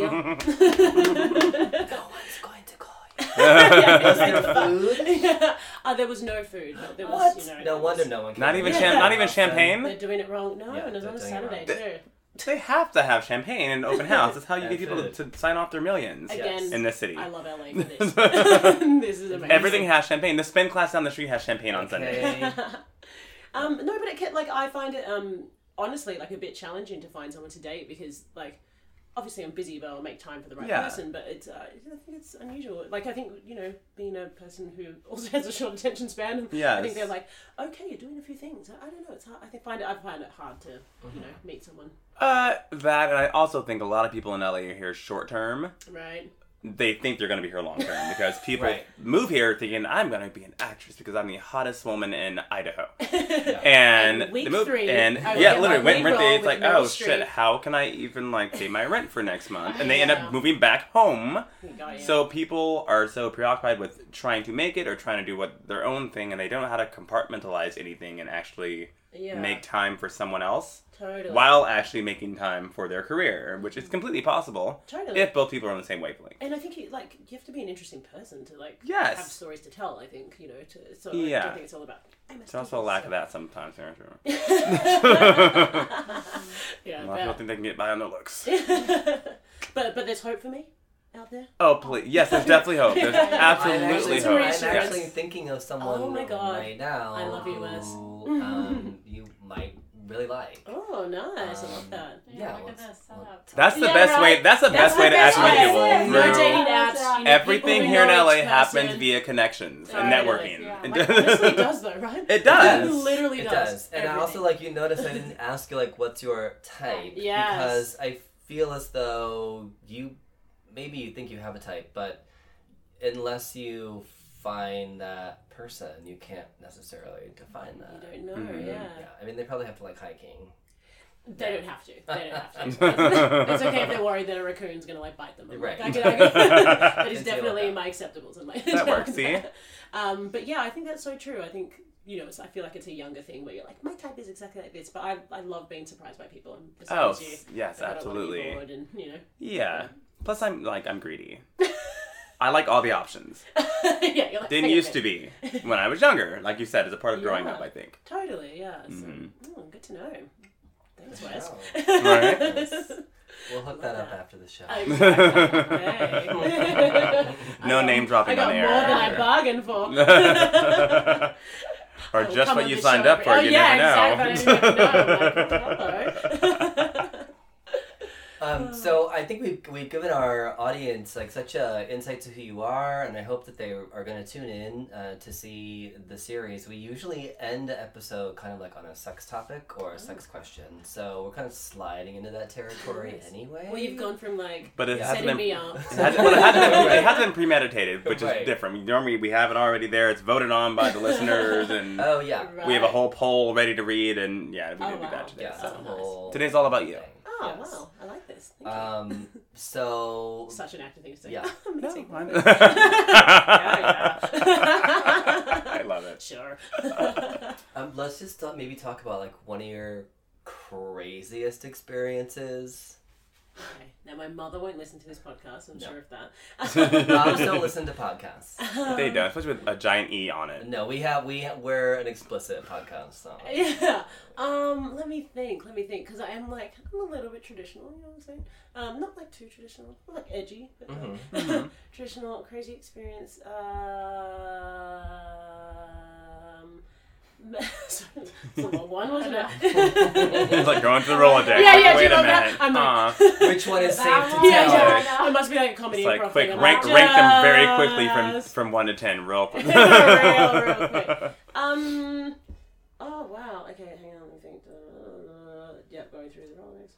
Speaker 3: yeah.
Speaker 1: no one's going to call
Speaker 2: <laughs>
Speaker 1: you.
Speaker 3: Yeah,
Speaker 1: Was there food? <laughs>
Speaker 3: yeah. Oh, there was no food. but There was,
Speaker 1: What?
Speaker 3: You know,
Speaker 1: no
Speaker 3: it
Speaker 1: wonder
Speaker 3: was-
Speaker 1: no one. Can
Speaker 2: Not even
Speaker 3: Yeah.
Speaker 2: cham-
Speaker 1: <laughs>
Speaker 2: not even
Speaker 1: Um,
Speaker 2: champagne.
Speaker 3: They're doing it wrong. No,
Speaker 1: Yeah,
Speaker 3: and it was
Speaker 1: they're
Speaker 3: on a
Speaker 1: doing it wrong.
Speaker 3: Saturday too.
Speaker 2: They have to have champagne in an
Speaker 3: <laughs>
Speaker 2: open house. That's how you
Speaker 1: And
Speaker 2: get people to,
Speaker 1: food.
Speaker 2: to sign off their millions
Speaker 3: Again,
Speaker 2: in this city.
Speaker 3: I love LA
Speaker 1: <laughs>
Speaker 3: for
Speaker 2: <laughs>
Speaker 3: this. <laughs> this is amazing.
Speaker 2: Everything has champagne. The spin class down the street has champagne on Sunday.
Speaker 1: Okay.
Speaker 3: um, no, but it kept, like I find it um honestly like a bit challenging to find someone to date because like obviously I'm busy, but I'll make time for the right
Speaker 2: Yeah.
Speaker 3: person. But it's uh, I think it's unusual. Like I think you know being a person who <laughs> also has a short attention span. And I think
Speaker 2: Yes.
Speaker 3: they're like okay, you're doing a few things. I, I don't know. It's hard. I think find it. I find it hard to you know meet someone.
Speaker 2: Uh, that and I also think a lot of people in LA are here short term.
Speaker 3: Right.
Speaker 2: They think they're going to be here long
Speaker 3: <laughs>
Speaker 2: term because people
Speaker 1: Right.
Speaker 2: move here thinking I'm going to be an actress because I'm the hottest woman in
Speaker 3: <laughs>
Speaker 2: Idaho.
Speaker 3: And
Speaker 2: And
Speaker 3: week
Speaker 2: they move-
Speaker 3: three,
Speaker 2: and
Speaker 3: I would
Speaker 2: yeah,
Speaker 3: get
Speaker 2: literally
Speaker 3: my
Speaker 2: went rent.
Speaker 3: re-roll
Speaker 2: They, it's like,
Speaker 3: with Meryl
Speaker 2: oh shit,
Speaker 3: Streep.
Speaker 2: how can I even like pay my rent for next month? And they
Speaker 3: <laughs>
Speaker 2: end
Speaker 3: Yeah.
Speaker 2: up moving back home.
Speaker 3: We got you.
Speaker 2: So people are so preoccupied with trying to make it or trying to do what their own thing, and they don't know how to compartmentalize anything and actually
Speaker 3: yeah,
Speaker 2: make time for someone else
Speaker 3: totally.
Speaker 2: while actually making time for their career, which is completely possible
Speaker 3: Totally.
Speaker 2: if both people are on the same wavelength.
Speaker 3: And I think you like you have to be an interesting person to like
Speaker 2: Yes.
Speaker 3: have stories to tell. I think you know to so like, I
Speaker 2: Yeah.
Speaker 3: don't think it's all about. <laughs> I must
Speaker 2: There's also a lack of that sometimes. in our
Speaker 3: <laughs>
Speaker 2: <laughs> genre. A
Speaker 3: yeah,
Speaker 2: lot of people think they can get by on their looks.
Speaker 3: <laughs> but but there's hope for me out there.
Speaker 2: Oh, please. Yes, there's definitely hope.
Speaker 3: <laughs>
Speaker 2: There's
Speaker 3: Yeah, yeah.
Speaker 1: I'm
Speaker 2: <laughs> absolutely
Speaker 1: actually,
Speaker 3: Some
Speaker 2: hope.
Speaker 1: I'm
Speaker 3: reassurance.
Speaker 1: actually
Speaker 2: Yes.
Speaker 1: thinking of someone
Speaker 3: Oh my God.
Speaker 1: right now.
Speaker 3: I love you, Wes.
Speaker 1: who,
Speaker 3: <laughs>
Speaker 1: um, you might really like.
Speaker 3: Oh, nice! I love
Speaker 1: Um,
Speaker 2: <laughs>
Speaker 3: that. Oh
Speaker 1: Yeah,
Speaker 4: look at
Speaker 1: let's-
Speaker 4: this. Set
Speaker 1: let's-
Speaker 4: up.
Speaker 2: That's the
Speaker 3: Yeah,
Speaker 2: best way.
Speaker 3: right.
Speaker 2: That's the best
Speaker 3: the
Speaker 2: way to
Speaker 3: best
Speaker 2: actually
Speaker 3: way.
Speaker 2: make it
Speaker 4: Yeah.
Speaker 3: No
Speaker 2: work.
Speaker 3: dating
Speaker 2: through.
Speaker 3: apps. You know,
Speaker 2: Everything
Speaker 3: people who
Speaker 2: here in
Speaker 3: know
Speaker 2: LA
Speaker 3: each
Speaker 2: happens
Speaker 3: person.
Speaker 2: via connections and
Speaker 3: Totally.
Speaker 2: <laughs> networking.
Speaker 4: Yeah.
Speaker 3: Like, honestly, it does though, right?
Speaker 2: <laughs> It does.
Speaker 3: It literally
Speaker 1: It
Speaker 3: does.
Speaker 1: does. And I also like you notice I didn't ask you like what's your type
Speaker 3: <laughs> Yes.
Speaker 1: because I feel as though you maybe you think you have a type, but unless you find that person, you can't necessarily define that.
Speaker 3: Everything. You don't know,
Speaker 2: Mhm.
Speaker 3: yeah.
Speaker 1: Yeah, I mean they probably have to like hiking.
Speaker 3: They don't have to. They don't
Speaker 2: <laughs>
Speaker 3: have to. <laughs> It's okay if they're worried that a raccoon's gonna like bite them. I'm
Speaker 1: Right.
Speaker 3: Like, I can, I can, that is
Speaker 1: It's yellow
Speaker 3: definitely
Speaker 1: now.
Speaker 3: my acceptables in my.
Speaker 2: That works, see?
Speaker 3: <laughs> Um, but yeah, I think that's so true. I think you know, it's, I feel like it's a younger thing where you're like, my type is exactly like this, but I, I love being surprised by people. And the same
Speaker 2: Oh,
Speaker 3: as you.
Speaker 2: s- yes,
Speaker 3: Like, I don't wanna be
Speaker 2: absolutely.
Speaker 3: bored and, you know. <laughs>
Speaker 2: Yeah. Plus, I'm like I'm greedy. I like all the options.
Speaker 3: yeah, you're like,
Speaker 2: Didn't
Speaker 3: "Hey,
Speaker 2: used
Speaker 3: okay."
Speaker 2: to
Speaker 3: <laughs>
Speaker 2: be when I was younger. Like you said, as a part of growing
Speaker 3: Yeah.
Speaker 2: up, I think.
Speaker 3: Totally, yeah. So,
Speaker 2: Mhm.
Speaker 3: oh, good to know. Thanks, Wes. <laughs>
Speaker 2: Right.
Speaker 1: We'll hook that up after the show.
Speaker 3: Exactly.
Speaker 2: No
Speaker 1: <laughs>
Speaker 3: <laughs> I got-
Speaker 2: name dropping
Speaker 3: I got
Speaker 2: on air.
Speaker 3: more
Speaker 2: <laughs>
Speaker 3: than I bargained for. <laughs>
Speaker 2: or
Speaker 3: Oh,
Speaker 2: just
Speaker 3: come
Speaker 2: what
Speaker 3: on
Speaker 2: you
Speaker 3: the
Speaker 2: signed
Speaker 3: show.
Speaker 2: up for.
Speaker 3: Oh,
Speaker 2: you
Speaker 3: yeah,
Speaker 2: never know.
Speaker 3: exactly.
Speaker 2: <laughs>
Speaker 3: I didn't even know. I'm like, hello. Oh.
Speaker 1: Um, so I think we've we've given our audience like such a insight to who you are, and I hope that they are going to tune in uh, to see the series. We usually end the episode kind of like on a sex topic or
Speaker 3: Oh.
Speaker 1: a sex question, so we're kind of sliding into that territory
Speaker 3: Nice.
Speaker 1: anyway.
Speaker 3: well, you've gone from like
Speaker 2: But it
Speaker 1: Yeah.
Speaker 2: hasn't
Speaker 3: setting
Speaker 2: been.
Speaker 3: me up.
Speaker 2: It hasn't, well, it, hasn't been, it
Speaker 1: Right.
Speaker 2: hasn't been premeditated, which
Speaker 1: Right.
Speaker 2: is different. Normally, we have it already there. It's voted on by the listeners,
Speaker 3: <laughs>
Speaker 2: and
Speaker 3: Uh,
Speaker 1: Oh yeah,
Speaker 2: we have a
Speaker 3: <laughs> Right.
Speaker 2: whole poll ready to read. And yeah, we
Speaker 3: Oh,
Speaker 2: didn't do
Speaker 3: wow.
Speaker 2: that today.
Speaker 1: yeah.
Speaker 3: Yes.
Speaker 1: that's a
Speaker 2: So.
Speaker 3: nice.
Speaker 2: <laughs>
Speaker 1: whole
Speaker 2: Today's all about you.
Speaker 1: thing.
Speaker 3: Oh
Speaker 1: Yes.
Speaker 3: wow, I like this. Thank you.
Speaker 1: Um,
Speaker 3: <laughs>
Speaker 1: so
Speaker 3: Such an active thing to say. <laughs>
Speaker 1: yeah.
Speaker 3: I'm
Speaker 2: No,
Speaker 3: gonna take
Speaker 2: I'm- <laughs>
Speaker 3: one. <laughs> Yeah, yeah.
Speaker 2: I love
Speaker 3: <laughs>
Speaker 2: it.
Speaker 3: Sure.
Speaker 1: um, let's just uh, maybe talk about like one of your craziest
Speaker 2: <laughs>
Speaker 1: experiences.
Speaker 3: Okay. Now my mother won't listen to this podcast. I'm
Speaker 1: No.
Speaker 3: sure of
Speaker 2: <laughs>
Speaker 3: that. <laughs>
Speaker 1: Moms don't listen to podcasts.
Speaker 2: They do, especially with a giant E on
Speaker 3: <laughs>
Speaker 2: it.
Speaker 1: No, we have we we're an explicit podcast, so
Speaker 3: yeah. Um. Let me think. Let me think. Because I am like I'm a little bit traditional. You know what I'm saying? Um. Not like too traditional. Not like edgy. But
Speaker 2: Mm-hmm.
Speaker 3: <laughs>
Speaker 1: Mm-hmm.
Speaker 3: like, traditional crazy experience. Um. <laughs> sorry, it's a long one, wasn't it?
Speaker 2: It's like going to the Rolodex.
Speaker 3: Yeah,
Speaker 2: like,
Speaker 3: yeah, do
Speaker 2: Wait a
Speaker 3: you remember that?
Speaker 2: minute.
Speaker 3: I'm <laughs>
Speaker 2: Aw.
Speaker 3: like-
Speaker 1: which one is safe to
Speaker 4: Yeah,
Speaker 1: tell?
Speaker 3: Yeah,
Speaker 2: yeah.
Speaker 3: yeah. It must be like a comedy
Speaker 2: It's like
Speaker 3: improv
Speaker 2: quick,
Speaker 3: thing. I'm
Speaker 2: rank,
Speaker 3: like,
Speaker 2: rank them very quickly from
Speaker 3: just-
Speaker 2: from one to ten,
Speaker 3: <laughs>
Speaker 2: real quick.
Speaker 3: Real, real quick. Um. Oh wow. Okay, hang on. Let me think. Uh, yeah, Yep, going through the Rolodex.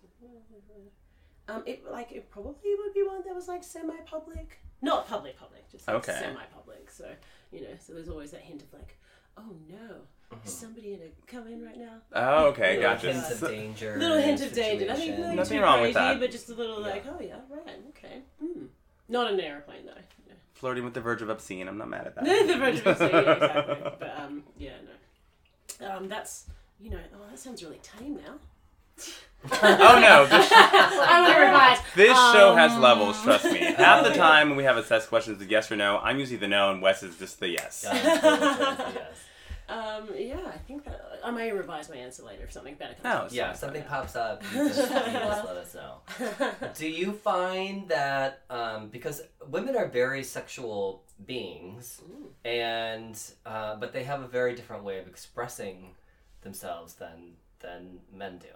Speaker 3: Um, it like it probably would be one that was like semi-public, not public, public, just like
Speaker 2: Okay.
Speaker 3: semi-public. So you know, so there's always that hint of like, oh no,
Speaker 2: Uh-huh.
Speaker 3: is somebody gonna come in right now?
Speaker 2: <laughs> Oh, okay,
Speaker 1: Little
Speaker 2: gotcha.
Speaker 1: hints
Speaker 2: So-
Speaker 1: of danger.
Speaker 3: little hint of danger. Nothing,
Speaker 1: situation.
Speaker 3: nothing,
Speaker 2: Nothing
Speaker 3: too
Speaker 2: wrong with
Speaker 3: crazy,
Speaker 2: that.
Speaker 3: but just a little like, oh yeah, right, okay. Hmm. Not an airplane though. Yeah.
Speaker 2: flirting with the verge of obscene. I'm not mad
Speaker 3: <laughs>
Speaker 2: at that.
Speaker 1: <laughs>
Speaker 3: the verge of obscene, yeah, exactly. But um, yeah, no. Um, that's you know, oh, that sounds really tame now.
Speaker 2: <laughs> oh no, this, <laughs>
Speaker 3: I would revise.
Speaker 2: this show has
Speaker 3: Um, Oh,
Speaker 2: levels. Trust
Speaker 3: <laughs>
Speaker 2: me. Half the time when we have assessed questions, the yes or no. I'm usually the no, and Wes is just the yes.
Speaker 1: Yeah,
Speaker 3: <laughs>
Speaker 1: yes.
Speaker 3: Um, yeah, I think that I may revise my answer later if something better
Speaker 2: Oh,
Speaker 3: comes.
Speaker 2: it's
Speaker 1: Yeah,
Speaker 2: not
Speaker 1: if something
Speaker 2: bad.
Speaker 1: pops up, you just, you
Speaker 3: <laughs>
Speaker 1: just let us know. Do you find that um, because women are very sexual beings,
Speaker 3: Ooh.
Speaker 1: and uh, but they have a very different way of expressing themselves than than men do.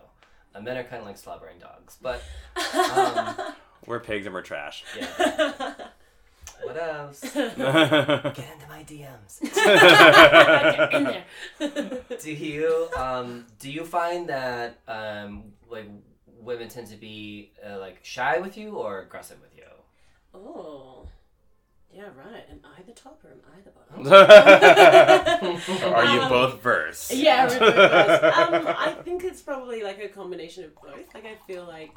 Speaker 1: Uh, men are kind of like slobbering dogs, but
Speaker 3: <laughs>
Speaker 1: um,
Speaker 2: We're pigs and we're trash. <laughs>
Speaker 1: yeah. What else? Get into my DMs.
Speaker 3: Get in there.
Speaker 2: <laughs>
Speaker 1: Do you um, do you find that um, like women tend to be uh, like shy with you or aggressive with you?
Speaker 3: <laughs> oh, yeah, right. Am I the top or am I the
Speaker 1: <laughs>
Speaker 3: bottom? <laughs>
Speaker 2: Are you both verse?
Speaker 3: Um, Yeah, we're both
Speaker 2: <laughs>
Speaker 3: guys. um, I think it's probably like a combination of both. Like I feel like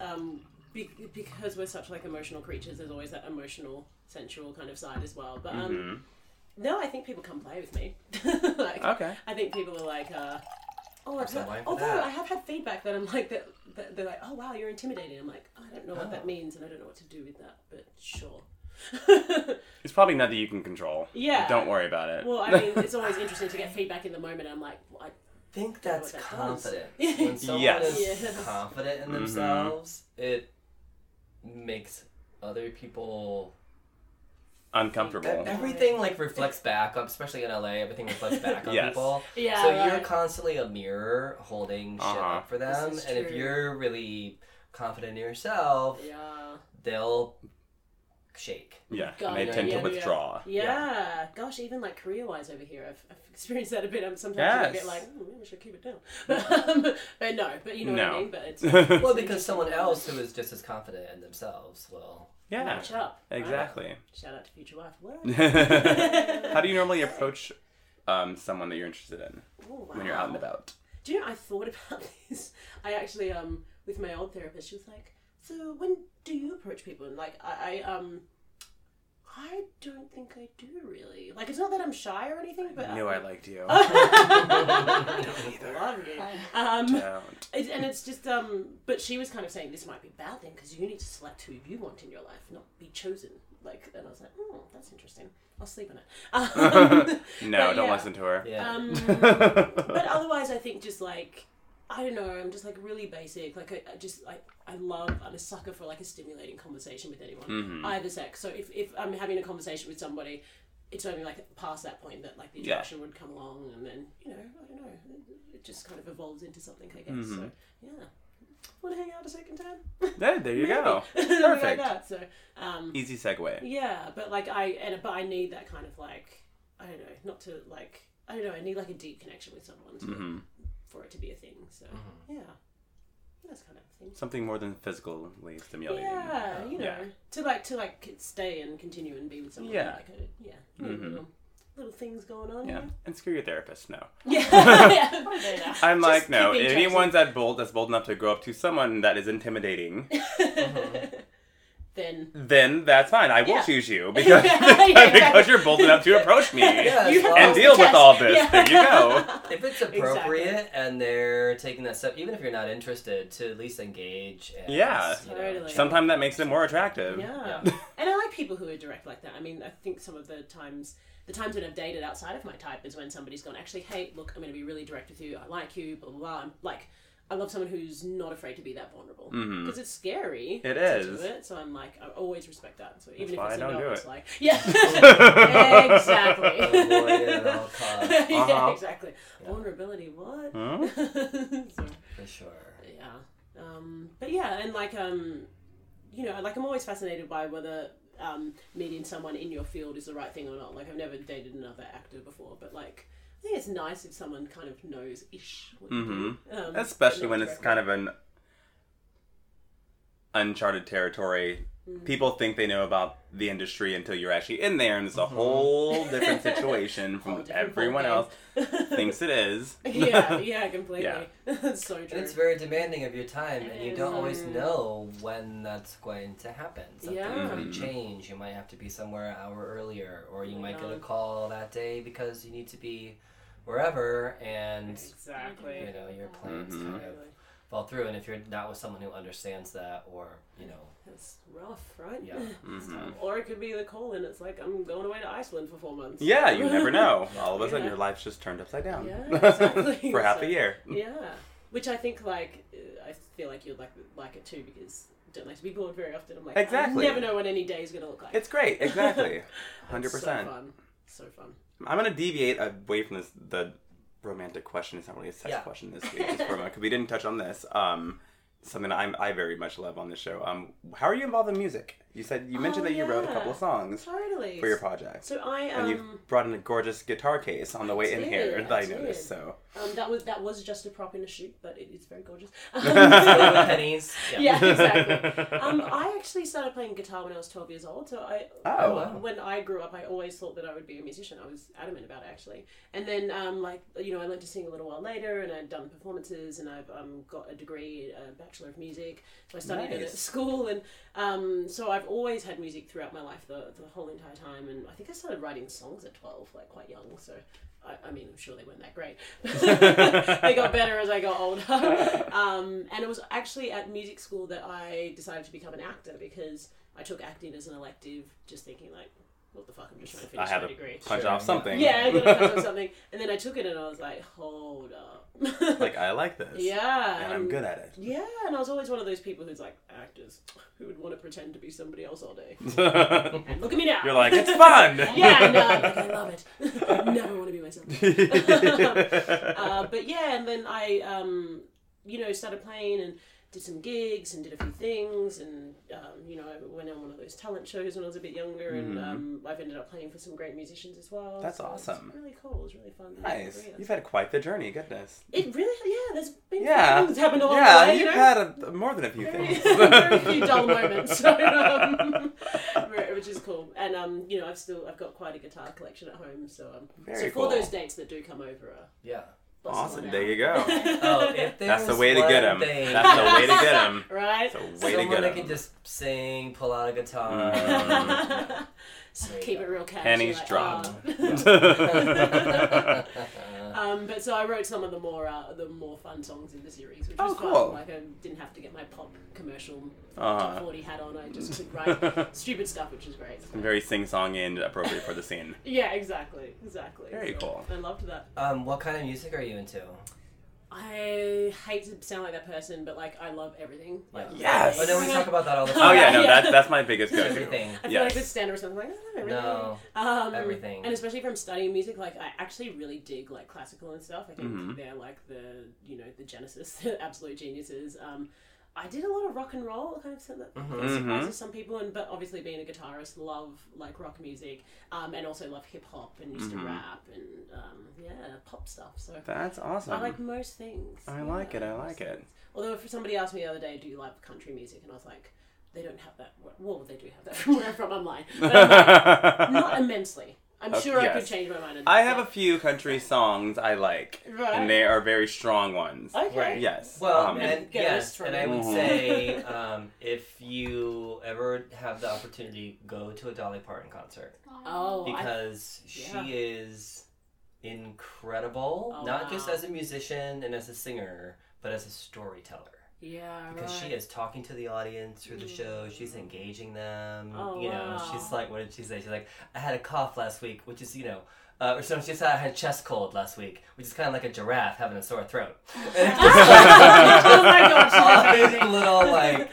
Speaker 3: um, be- because we're such like emotional creatures, there's always that emotional, sensual kind of side as well. But um,
Speaker 2: Mhm.
Speaker 3: no, I think people come play with me. <laughs> like,
Speaker 2: Okay.
Speaker 3: I think people are like, uh, oh, I've
Speaker 1: There's no
Speaker 3: had,
Speaker 1: line for
Speaker 3: although
Speaker 1: that.
Speaker 3: I have had feedback that I'm like that, that they're like, oh wow, you're intimidating. I'm like, I don't know what
Speaker 1: Oh.
Speaker 3: that means, and I don't know what to do with that, but
Speaker 1: <laughs>
Speaker 3: sure.
Speaker 2: It's probably nothing you can control.
Speaker 3: Yeah.
Speaker 2: Don't worry about it.
Speaker 3: well, I mean, it's always interesting to get feedback in the moment. I'm like, well, I
Speaker 1: think that's
Speaker 3: that does.
Speaker 1: confidence.
Speaker 2: <laughs>
Speaker 1: When someone
Speaker 2: Yes.
Speaker 1: is
Speaker 3: Yes.
Speaker 1: confident in
Speaker 2: Mhm.
Speaker 1: themselves, it makes other people
Speaker 2: <laughs>
Speaker 1: e-,
Speaker 2: Uncomfortable.
Speaker 3: <laughs> That-
Speaker 1: everything like reflects back on especially in LA, everything reflects back on
Speaker 2: Yes.
Speaker 1: people.
Speaker 3: yeah.
Speaker 1: so
Speaker 3: right.
Speaker 1: you're constantly a mirror holding shit
Speaker 2: Uh-huh.
Speaker 1: up for them.
Speaker 3: This is
Speaker 1: And if
Speaker 3: true.
Speaker 1: you're really confident in yourself,
Speaker 3: Yeah.
Speaker 1: they'll shake.
Speaker 2: Yeah.
Speaker 3: God,
Speaker 2: and they
Speaker 1: yeah,
Speaker 2: tend
Speaker 1: yeah,
Speaker 2: to
Speaker 1: yeah.
Speaker 2: withdraw. <laughs>
Speaker 3: Yeah. Gosh, even like career wise over here, I've, I've experienced that a bit. I'm sometimes a
Speaker 2: Yes.
Speaker 3: bit like, oh, maybe I should keep it down. <laughs> But, um, but no, but you know what
Speaker 2: No.
Speaker 3: I mean? But
Speaker 1: <laughs>
Speaker 3: it's
Speaker 1: Well,
Speaker 3: It's
Speaker 1: because
Speaker 3: interesting.
Speaker 1: someone else who is just as confident in themselves will.
Speaker 2: yeah.
Speaker 3: match up. right?
Speaker 2: Exactly.
Speaker 3: Shout out to Future Wife. What? <laughs>
Speaker 2: How do you normally approach um, someone that you're interested in
Speaker 3: Oh,
Speaker 2: when you're out and
Speaker 3: wow.
Speaker 2: about?
Speaker 3: Do you know, I thought about <laughs> this. I actually, um, with my old therapist, she was like, so when do you approach people? And like, I, I um, I don't think I do really. Like, it's not that I'm shy or anything, but
Speaker 2: knew
Speaker 3: <laughs>
Speaker 2: I liked you. <laughs>
Speaker 3: don't
Speaker 2: either.
Speaker 3: Love you. Um,
Speaker 2: Don't.
Speaker 3: It, and it's just, um, but she was kind of saying this might be a bad thing because you need to select who you want in your life, not be chosen. Like, and I was like, oh, that's interesting. I'll sleep on it. <laughs>
Speaker 2: <laughs>
Speaker 3: Um,
Speaker 2: No,
Speaker 3: But
Speaker 2: don't
Speaker 3: yeah.
Speaker 2: listen to her.
Speaker 1: Yeah.
Speaker 3: um,
Speaker 2: <laughs>
Speaker 3: but otherwise, I think just like I don't know, I'm just like really basic. Like I, I just like I love. I'm a sucker for like a stimulating conversation with anyone,
Speaker 2: Hmm. Mm-hmm.
Speaker 3: either sex. So if if I'm having a conversation with somebody, it's only like past that point that like the
Speaker 2: Yeah.
Speaker 3: attraction would come along, and then you know I don't know, it just kind of evolves into something, I guess.
Speaker 2: Mm-hmm.
Speaker 3: So yeah. Want to hang out a second time?
Speaker 2: There, there you go.
Speaker 3: <laughs> Something like
Speaker 2: Perfect.
Speaker 3: that. So, um,
Speaker 2: Easy segue.
Speaker 3: yeah, but like I and but I need that kind of like I don't know, not to like I don't know, I need like a deep connection with someone to,
Speaker 2: Mhm.
Speaker 3: for it to be a thing. So
Speaker 2: Mm.
Speaker 3: yeah, that's kind of a thing.
Speaker 2: Something more than physically stimulating.
Speaker 3: Yeah, you know,
Speaker 2: yeah.
Speaker 3: to like to like c- stay and continue and be with someone.
Speaker 2: Yeah. Mm-hmm.
Speaker 3: like a, yeah, little, little things going on.
Speaker 2: Yeah.
Speaker 3: you know?
Speaker 2: And screw your therapist. No.
Speaker 3: yeah, <laughs> yeah.
Speaker 2: <laughs>
Speaker 3: I don't know.
Speaker 2: I'm
Speaker 3: Just
Speaker 2: like, no.
Speaker 3: keeping
Speaker 2: If
Speaker 3: track of-
Speaker 2: anyone's that bold, that's bold enough to go up to someone that is intimidating,
Speaker 1: Mm-hmm.
Speaker 3: then
Speaker 2: then that's fine. I will
Speaker 3: Yeah.
Speaker 2: choose you because, <laughs> because you're bold enough to approach me
Speaker 1: Yeah,
Speaker 3: You
Speaker 1: as
Speaker 3: have
Speaker 1: long-
Speaker 2: and
Speaker 3: to
Speaker 2: deal with
Speaker 3: test.
Speaker 2: all this.
Speaker 3: <laughs> Yeah.
Speaker 2: There you go.
Speaker 1: if
Speaker 3: <laughs>
Speaker 1: it's appropriate and they're taking that step, even if you're not interested, to at least engage. And,
Speaker 2: Yeah.
Speaker 1: you know,
Speaker 3: Totally.
Speaker 1: check
Speaker 2: Sometimes that makes them more attractive.
Speaker 3: Yeah.
Speaker 1: Yeah.
Speaker 3: and I like people who are direct like that. I mean, I think some of the times, the times when I've dated outside of my type is when somebody's gone, actually, hey, look, I'm going to be really direct with you. I like you, blah, blah, blah. I'm like, I love someone who's not afraid to be that vulnerable. Because
Speaker 2: Mhm.
Speaker 3: it's scary.
Speaker 2: It
Speaker 3: to
Speaker 2: is.
Speaker 3: do it. So I'm like, I always respect that. So even
Speaker 2: That's why
Speaker 3: if
Speaker 2: I
Speaker 3: it's a
Speaker 2: don't
Speaker 3: no,
Speaker 2: do
Speaker 3: it's
Speaker 2: it.
Speaker 3: like,
Speaker 2: <laughs>
Speaker 3: yeah. exactly.
Speaker 1: Avoid it at
Speaker 3: <laughs>
Speaker 1: all costs.
Speaker 2: Uh-huh.
Speaker 3: Yeah, exactly. Vulnerability, what? <laughs>
Speaker 2: Hmm?
Speaker 3: So-
Speaker 1: For sure.
Speaker 3: yeah um but yeah and like um you know like i'm always fascinated by whether um meeting someone in your field is the right thing or not like i've never dated another actor before but like I think it's nice if someone kind of knows ish. what you
Speaker 2: hmm
Speaker 3: do. Um,
Speaker 2: Especially when it's kind of an uncharted territory.
Speaker 3: Mm.
Speaker 2: People think they know about the industry until you're actually in there, and it's a whole
Speaker 3: <laughs>
Speaker 2: different situation from
Speaker 3: Mm-hmm. Whole different
Speaker 2: everyone
Speaker 3: ballgame.
Speaker 2: else
Speaker 3: <laughs>
Speaker 2: thinks it is. <laughs>
Speaker 3: yeah, yeah, completely. <laughs> That's so true.
Speaker 1: And it's very demanding of your time,
Speaker 4: It
Speaker 1: and you
Speaker 4: is.
Speaker 1: don't always
Speaker 3: Mm.
Speaker 1: know when that's going to happen. Something
Speaker 3: Yeah.
Speaker 1: might
Speaker 2: Mhm.
Speaker 1: change. You might have to be somewhere an hour earlier, or you
Speaker 3: Oh my
Speaker 1: might get a
Speaker 3: God.
Speaker 1: call that day because you need to be wherever, and
Speaker 3: exactly.
Speaker 1: you know your plans
Speaker 2: Mhm.
Speaker 1: kind of fall through. And if you're not with someone who understands that, or you
Speaker 2: <laughs>
Speaker 1: know,
Speaker 3: That's rough, right? <laughs>
Speaker 1: Yeah.
Speaker 2: Mhm.
Speaker 3: Or it could be the colon. It's like I'm going away to Iceland for four months.
Speaker 2: Yeah, you never
Speaker 3: <laughs>
Speaker 2: know. All of a sudden,
Speaker 3: Yeah.
Speaker 2: your life's just turned upside down
Speaker 3: Yeah,
Speaker 2: <laughs>
Speaker 3: exactly.
Speaker 2: for half
Speaker 3: So-
Speaker 2: a year.
Speaker 3: yeah, which I think like uh, I feel like you'd like like it too because I don't like to be bored very often. I'm like
Speaker 2: Exactly.
Speaker 3: I never know what any day is going to look like.
Speaker 2: It's great,
Speaker 3: <laughs>
Speaker 2: exactly, hundred
Speaker 3: so
Speaker 2: percent.
Speaker 3: fun. So fun.
Speaker 2: I'm gonna deviate uh, away from this the romantic question. It's not really a sex
Speaker 1: Yeah.
Speaker 2: question this week, just for a moment, because we didn't touch on this. Um, something I'm, I very much love on this show. Um, how are you involved in music? You said you mentioned
Speaker 3: Oh,
Speaker 2: that you wrote a couple of
Speaker 3: yeah.
Speaker 2: songs
Speaker 3: Totally.
Speaker 2: for your project,
Speaker 3: so I
Speaker 2: and
Speaker 3: um.
Speaker 2: you brought in a gorgeous guitar case on the way in
Speaker 3: did,
Speaker 2: here that I,
Speaker 3: I did.
Speaker 2: noticed. So
Speaker 3: Um, that was that was just a prop in a shoot, but it is very
Speaker 2: <laughs>
Speaker 3: gorgeous.
Speaker 1: little
Speaker 3: Um, <laughs>
Speaker 1: pennies.
Speaker 3: yeah, <laughs> exactly.
Speaker 2: <laughs>
Speaker 3: Um, I actually started playing guitar when I was twelve years old. So I,
Speaker 2: Oh,
Speaker 1: wow.
Speaker 3: when I grew up, I always thought that I would be a musician. I was adamant about it actually. And then, um, like you know, I learned to sing a little while later, and I'd done performances, and I've um, got a degree, a bachelor of music. So I studied it at
Speaker 2: Nice.
Speaker 3: school, and um, so I've always had music throughout my life, the the whole entire time. And I think I started writing songs at twelve, like quite young. So. I, I mean, I'm sure they weren't that great. <laughs> they got better as I got
Speaker 2: <laughs>
Speaker 3: older. Um, and it was actually at music school that I decided to become an actor because I took acting as an elective, just thinking like, what the fuck, I'm just trying to
Speaker 2: I
Speaker 3: finish
Speaker 2: had
Speaker 3: my
Speaker 2: to
Speaker 3: degree.
Speaker 2: punch
Speaker 1: Sure,
Speaker 2: off
Speaker 1: yeah.
Speaker 2: something.
Speaker 3: Yeah, I got a
Speaker 2: <laughs>
Speaker 3: touch on something, and then I took it and I was like, hold up. <laughs>
Speaker 2: like I like this.
Speaker 3: yeah,
Speaker 2: and I'm
Speaker 3: and-
Speaker 2: good at
Speaker 3: <laughs>
Speaker 2: it. <laughs>
Speaker 3: Yeah, and I was always one of those people who's like actors <laughs> who would want to pretend to be somebody else
Speaker 2: <laughs>
Speaker 3: all day. And look at me now.
Speaker 2: You're like it's fun.
Speaker 3: <laughs>
Speaker 2: <laughs>
Speaker 3: yeah, no, I'm like, I love it. <laughs> Never want to be myself.
Speaker 2: <laughs>
Speaker 3: <laughs> uh, but yeah, and then I, um, you know, started playing and did some gigs and did a few things, and um, you know, I went on one of those talent shows when I was a bit younger, and
Speaker 2: Mhm.
Speaker 3: um, I've ended up playing for some great musicians as well.
Speaker 2: That's
Speaker 3: so it's
Speaker 2: awesome.
Speaker 3: Really cool. It was really fun.
Speaker 2: Nice.
Speaker 3: Yeah.
Speaker 2: You've had quite the journey. Goodness.
Speaker 3: It really, yeah. There's been
Speaker 2: Yeah.
Speaker 3: yeah. things happened along
Speaker 2: yeah,
Speaker 3: the way.
Speaker 2: you've
Speaker 3: you know?
Speaker 2: had a, more than a few
Speaker 3: very,
Speaker 2: things.
Speaker 3: <laughs> very few
Speaker 2: <laughs>
Speaker 3: dull moments, so, um, <laughs> right, which is cool. And um, you know, I've still I've got quite a guitar collection at home, so um,
Speaker 2: Very
Speaker 3: so for
Speaker 2: cool.
Speaker 3: those dates that do come over, uh,
Speaker 1: yeah.
Speaker 3: bust
Speaker 2: Awesome,
Speaker 3: one
Speaker 2: there
Speaker 3: <laughs> out.
Speaker 2: you go.
Speaker 1: Oh, if
Speaker 2: That's the
Speaker 1: there's
Speaker 2: way to get
Speaker 1: one
Speaker 2: him.
Speaker 1: thing-
Speaker 2: That's the way to
Speaker 3: <laughs>
Speaker 2: get him.
Speaker 3: right?
Speaker 2: That's a way
Speaker 1: Someone that
Speaker 2: to get
Speaker 1: can
Speaker 2: him.
Speaker 1: just sing, pull out a guitar.
Speaker 2: Mm.
Speaker 3: So
Speaker 1: There you
Speaker 3: keep
Speaker 1: go.
Speaker 3: it real casual.
Speaker 2: Pennies
Speaker 3: like, um,
Speaker 2: dropped. <laughs>
Speaker 3: ah.
Speaker 2: Mm-hmm.
Speaker 1: <laughs> Yeah.
Speaker 3: <laughs> Um, but so I wrote some of the more uh, the more fun songs in the series, which
Speaker 2: Oh,
Speaker 3: was
Speaker 2: cool.
Speaker 3: fun. Like I didn't have to get my pop commercial top
Speaker 2: Uh-huh.
Speaker 3: forty hat on. I just
Speaker 2: <laughs>
Speaker 3: could write stupid stuff, which is great.
Speaker 2: Very sing song and appropriate for the
Speaker 3: <laughs>
Speaker 2: scene.
Speaker 3: Yeah, exactly, exactly.
Speaker 2: Very cool.
Speaker 3: I loved that.
Speaker 1: Um, what kind of music are you into?
Speaker 3: I hate to sound like that person, but like I love everything. Like
Speaker 2: Yes!
Speaker 1: Oh no, <laughs>
Speaker 3: <laughs>
Speaker 1: we talk about that all the
Speaker 2: Oh
Speaker 1: time.
Speaker 2: yeah, no,
Speaker 3: Yeah.
Speaker 2: that, that's my biggest go to.
Speaker 3: <laughs>
Speaker 1: everything.
Speaker 3: I feel
Speaker 2: Yes.
Speaker 3: like this standard or something like I love everything.
Speaker 1: No,
Speaker 3: um,
Speaker 1: everything.
Speaker 3: And especially from studying music, like I actually really dig like classical and stuff. I think
Speaker 2: Mhm.
Speaker 3: they're like the you know the genesis, <laughs> the absolute geniuses. Um, I did a lot of rock and roll, kind of sent that
Speaker 1: Mhm.
Speaker 3: that surprises
Speaker 2: Mhm.
Speaker 3: some people, and but obviously being a guitarist, love like rock music, um, and also love hip hop and used
Speaker 2: Mhm.
Speaker 3: to rap and um, yeah, pop stuff. So
Speaker 2: That's
Speaker 3: I like
Speaker 2: awesome.
Speaker 3: most things.
Speaker 2: I like it, I
Speaker 3: most
Speaker 2: like it.
Speaker 3: things. Although if somebody asked me the other day, do you like country music? And I was like, they don't have that. Well, they do have that from where I'm from online. <laughs> But I'm like, not
Speaker 2: <laughs> I
Speaker 3: immensely. I'm
Speaker 2: Okay,
Speaker 3: sure I could
Speaker 2: yes.
Speaker 3: change my mind. on that.
Speaker 2: have a few country songs I like, and they are very strong ones.
Speaker 3: Okay.
Speaker 1: Right.
Speaker 2: Yes.
Speaker 1: Well,
Speaker 2: Um,
Speaker 1: and
Speaker 3: get us
Speaker 1: yes,
Speaker 3: from-
Speaker 1: and I would
Speaker 2: Mhm. <laughs>
Speaker 1: say um, if you ever have the opportunity, go to a Dolly Parton concert
Speaker 3: Oh, I-
Speaker 1: because
Speaker 3: yeah.
Speaker 1: she is incredible,
Speaker 3: Oh,
Speaker 1: not just
Speaker 3: wow.
Speaker 1: as a musician and as a singer, but as a storyteller.
Speaker 3: Yeah.
Speaker 1: Because
Speaker 3: right.
Speaker 1: she is talking to the audience through the show, she's engaging them.
Speaker 3: Mm. Oh,
Speaker 1: you know,
Speaker 3: wow.
Speaker 1: she's like, what did she say? She's like, I had a cough last week, which is, you know, uh, or something. She said, I had chest cold last week, which is kind of like a giraffe having a sore
Speaker 3: <laughs>
Speaker 1: throat. And it's just
Speaker 2: <laughs>
Speaker 1: like-
Speaker 3: oh <laughs>
Speaker 1: <laughs>
Speaker 3: my gosh,
Speaker 1: all
Speaker 3: that's
Speaker 1: these
Speaker 3: amazing.
Speaker 1: little like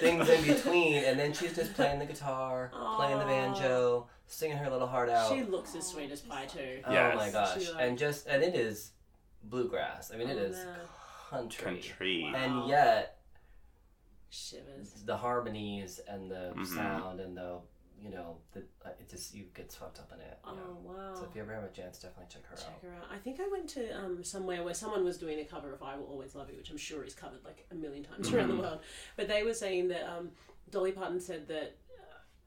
Speaker 1: things in between, and then she's just playing the guitar, playing the
Speaker 3: Aw.
Speaker 1: banjo, singing her little heart out.
Speaker 3: She looks as sweet as pie too.
Speaker 1: oh
Speaker 2: Yes.
Speaker 1: my gosh!
Speaker 3: She, like-
Speaker 1: and just and it is bluegrass. I mean, it
Speaker 3: Oh,
Speaker 1: is
Speaker 3: no.
Speaker 1: country. <laughs>
Speaker 2: Country.
Speaker 1: And
Speaker 3: Wow.
Speaker 1: yet,
Speaker 3: Shivers.
Speaker 1: the harmonies and the
Speaker 2: Mhm.
Speaker 1: sound and the you know, the, uh, it just you get swept up in it. You
Speaker 3: Oh
Speaker 1: know?
Speaker 3: wow.
Speaker 1: So if you ever have a chance, definitely check her
Speaker 3: Check
Speaker 1: out.
Speaker 3: her out. I think I went to um, somewhere where someone was doing a cover of "I Will Always Love You," which I'm sure is covered like a million times around the
Speaker 2: Mm-hmm.
Speaker 3: world. But they were saying that um, Dolly Parton said that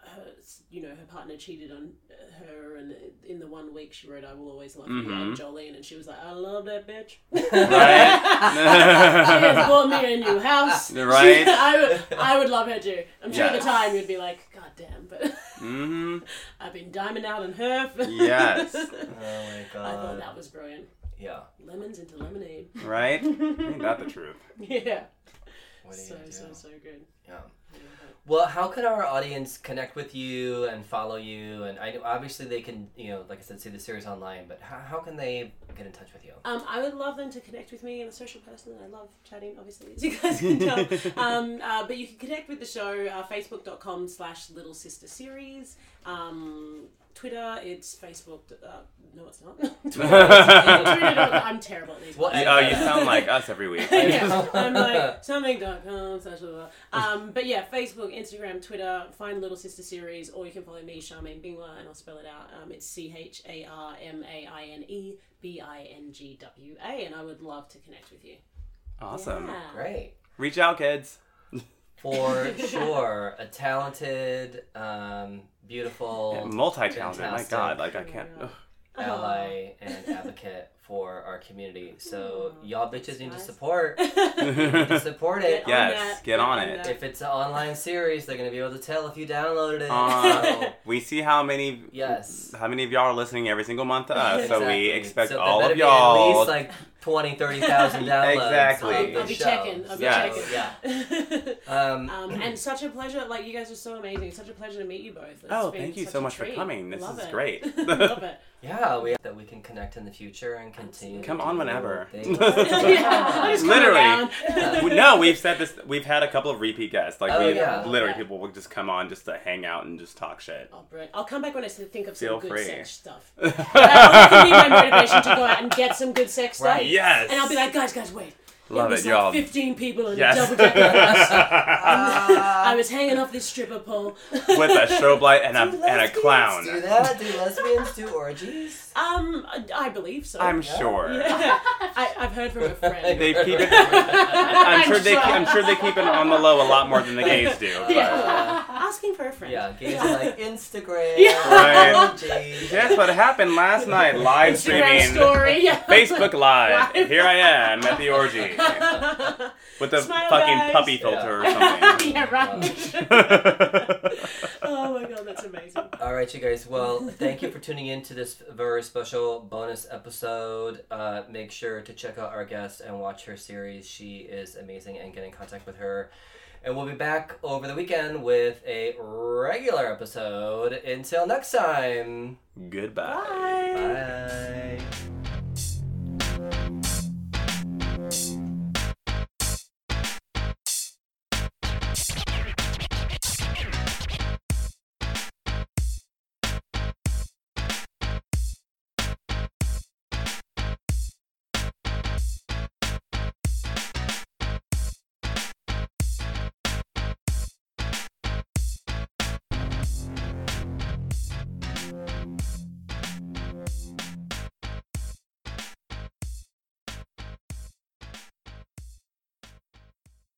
Speaker 3: uh, her, you know, her partner cheated on uh, her, and in the one week she wrote "I Will Always Love You"
Speaker 2: Mhm.
Speaker 3: like Jolene, and she was like, "I love that bitch." she
Speaker 2: <laughs>
Speaker 3: has
Speaker 2: Right?
Speaker 3: bought me a new
Speaker 2: <laughs>
Speaker 3: house.
Speaker 2: Right?
Speaker 3: <laughs> I would, I would love her too. I'm sure at
Speaker 2: Yes.
Speaker 3: the time you'd be like, "God damn," but <laughs>
Speaker 2: mm-hmm.
Speaker 3: I've been diming out on her. <laughs> For
Speaker 2: Yes.
Speaker 1: Oh my
Speaker 3: I thought
Speaker 1: god.
Speaker 3: that was brilliant.
Speaker 1: Yeah.
Speaker 3: Lemons into lemonade. <laughs>
Speaker 2: Right? Ain't that the
Speaker 1: <laughs>
Speaker 2: truth?
Speaker 3: Yeah.
Speaker 1: What do
Speaker 3: So,
Speaker 1: you do?
Speaker 3: so, so good.
Speaker 1: Yeah.
Speaker 3: Yeah, but-
Speaker 1: Well, how can our audience connect with you and follow you? And I know obviously they can, you know, like I said, see the series online. But how, how can they get in touch with you?
Speaker 3: Um, I would love them to connect with me. I'm a social person. I love chatting, obviously, as you guys can tell.
Speaker 2: <laughs>
Speaker 3: um, uh, but you can connect with the show, uh, facebook.com slash Little Sister Series. Um, Twitter, it's Facebook. Uh, no, it's not. <laughs> Twitter,
Speaker 2: <laughs>
Speaker 3: it's, Twitter dot- I'm terrible at these.
Speaker 1: Well,
Speaker 3: words.
Speaker 2: You- <laughs>
Speaker 1: <laughs>
Speaker 2: oh, you sound like us every week.
Speaker 3: yeah, I'm like something.com, slash blah, blah, blah. Um, but yeah, Facebook, Instagram, Twitter, find Little Sister Series, or you can follow me, Charmaine Bingwa, and I'll spell it out. Um, it's C H A R M A I N E B I N G W A, and I would love to connect with you.
Speaker 2: Awesome.
Speaker 3: Yeah.
Speaker 1: Great.
Speaker 2: Reach out, kids.
Speaker 3: <laughs>
Speaker 1: For sure, a talented, um, beautiful,
Speaker 2: Multi-talented. My
Speaker 1: Fantastic.
Speaker 2: God, like I can't.
Speaker 3: Yeah.
Speaker 2: ugh.
Speaker 3: Oh. Uh-huh. <laughs>
Speaker 1: ally and advocate for our community. So
Speaker 3: Aw,
Speaker 1: y'all bitches need to
Speaker 3: nice.
Speaker 1: support.
Speaker 2: <laughs> Yes,
Speaker 1: Need <laughs> to support it.
Speaker 3: on
Speaker 2: Yes,
Speaker 3: that,
Speaker 2: get on it.
Speaker 3: that.
Speaker 1: If it's an online series, they're gonna be able to tell if you downloaded it.
Speaker 2: Aw.
Speaker 1: <laughs> So,
Speaker 2: <laughs> We see how many.
Speaker 1: Yes.
Speaker 2: How many of y'all are listening every single month to us? So
Speaker 1: Exactly.
Speaker 2: we expect
Speaker 1: So there
Speaker 2: all
Speaker 1: better
Speaker 2: of
Speaker 1: be at
Speaker 2: y'all.
Speaker 1: least like 20, 30,000 downloads.
Speaker 2: Exactly.
Speaker 1: of the
Speaker 2: I'll be
Speaker 1: show.
Speaker 3: checking, I'll
Speaker 2: be
Speaker 1: So,
Speaker 3: Yes.
Speaker 1: yeah.
Speaker 3: <laughs> Yeah.
Speaker 1: Um,
Speaker 3: um,
Speaker 2: <clears throat>
Speaker 3: and such a pleasure. Like you guys are so amazing. Such a pleasure to meet you both. It's
Speaker 2: Oh,
Speaker 3: been
Speaker 2: thank you
Speaker 3: such
Speaker 2: so
Speaker 3: a
Speaker 2: much for
Speaker 3: treat.
Speaker 2: coming. This
Speaker 3: Love
Speaker 2: is
Speaker 3: it.
Speaker 2: great.
Speaker 3: <laughs> Love it.
Speaker 1: yeah, we that we can connect in the future and continue.
Speaker 2: Come
Speaker 1: to
Speaker 2: on
Speaker 1: do <laughs>
Speaker 2: whenever. <laughs>
Speaker 1: things.
Speaker 3: yeah, I just come
Speaker 2: Literally.
Speaker 3: around.
Speaker 2: <laughs>
Speaker 3: <laughs>
Speaker 2: no, we've said this. We've had a couple of repeat guests. Like
Speaker 1: Oh,
Speaker 2: we
Speaker 1: yeah.
Speaker 2: literally,
Speaker 3: Yeah.
Speaker 2: people will just come on just to hang out and just talk shit.
Speaker 3: I'll, bring, Oh, I'll come back when I s- think of
Speaker 2: Feel
Speaker 3: some good
Speaker 2: free.
Speaker 3: sex
Speaker 2: <laughs>
Speaker 3: stuff. that could Uh, be my motivation to go out and get some good sex stuff.
Speaker 1: Right.
Speaker 2: Yes.
Speaker 3: And I'll be like, guys, guys, wait.
Speaker 2: Love it,
Speaker 3: it was
Speaker 2: y'all.
Speaker 3: like 15 people in
Speaker 2: Yes.
Speaker 3: a
Speaker 2: <laughs>
Speaker 3: double decker
Speaker 1: Uh,
Speaker 3: <laughs> I was hanging off this stripper pole.
Speaker 2: With
Speaker 3: <laughs>
Speaker 2: a strobe light and a and a
Speaker 3: lesbians
Speaker 2: clown.
Speaker 1: do that? Do lesbians do orgies?
Speaker 3: Um, I- I believe so.
Speaker 2: I'm sure.
Speaker 3: <laughs> Yeah. I, I've heard from a friend.
Speaker 1: <laughs>
Speaker 2: They keep it. <laughs> I'm sure they. I'm sure they keep it on the low a lot more than the gays do. but-
Speaker 3: Yeah. <laughs> Asking for a friend.
Speaker 1: Oh,
Speaker 3: Oh,
Speaker 1: Yeah, gays are
Speaker 3: <laughs>
Speaker 1: like Instagram,
Speaker 2: <laughs> Right.
Speaker 1: orgies.
Speaker 2: That's what happened last night. Live
Speaker 3: Instagram
Speaker 2: streaming.
Speaker 3: story. <laughs> Yeah.
Speaker 2: Facebook Live.
Speaker 3: Live.
Speaker 2: And Here I am at the orgy with the
Speaker 3: Smile
Speaker 2: fucking
Speaker 3: guys.
Speaker 2: puppy filter or something.
Speaker 3: <laughs> yeah, right. <laughs> oh my god, that's amazing.
Speaker 1: All right, you guys. Well, thank you for tuning in to this very special bonus episode. Uh, make sure to check out our guest and watch her series. She is amazing and get in contact with her. And we'll be back over the weekend with a regular episode. Until next time.
Speaker 2: <laughs> Goodbye.
Speaker 3: Bye.
Speaker 1: Bye.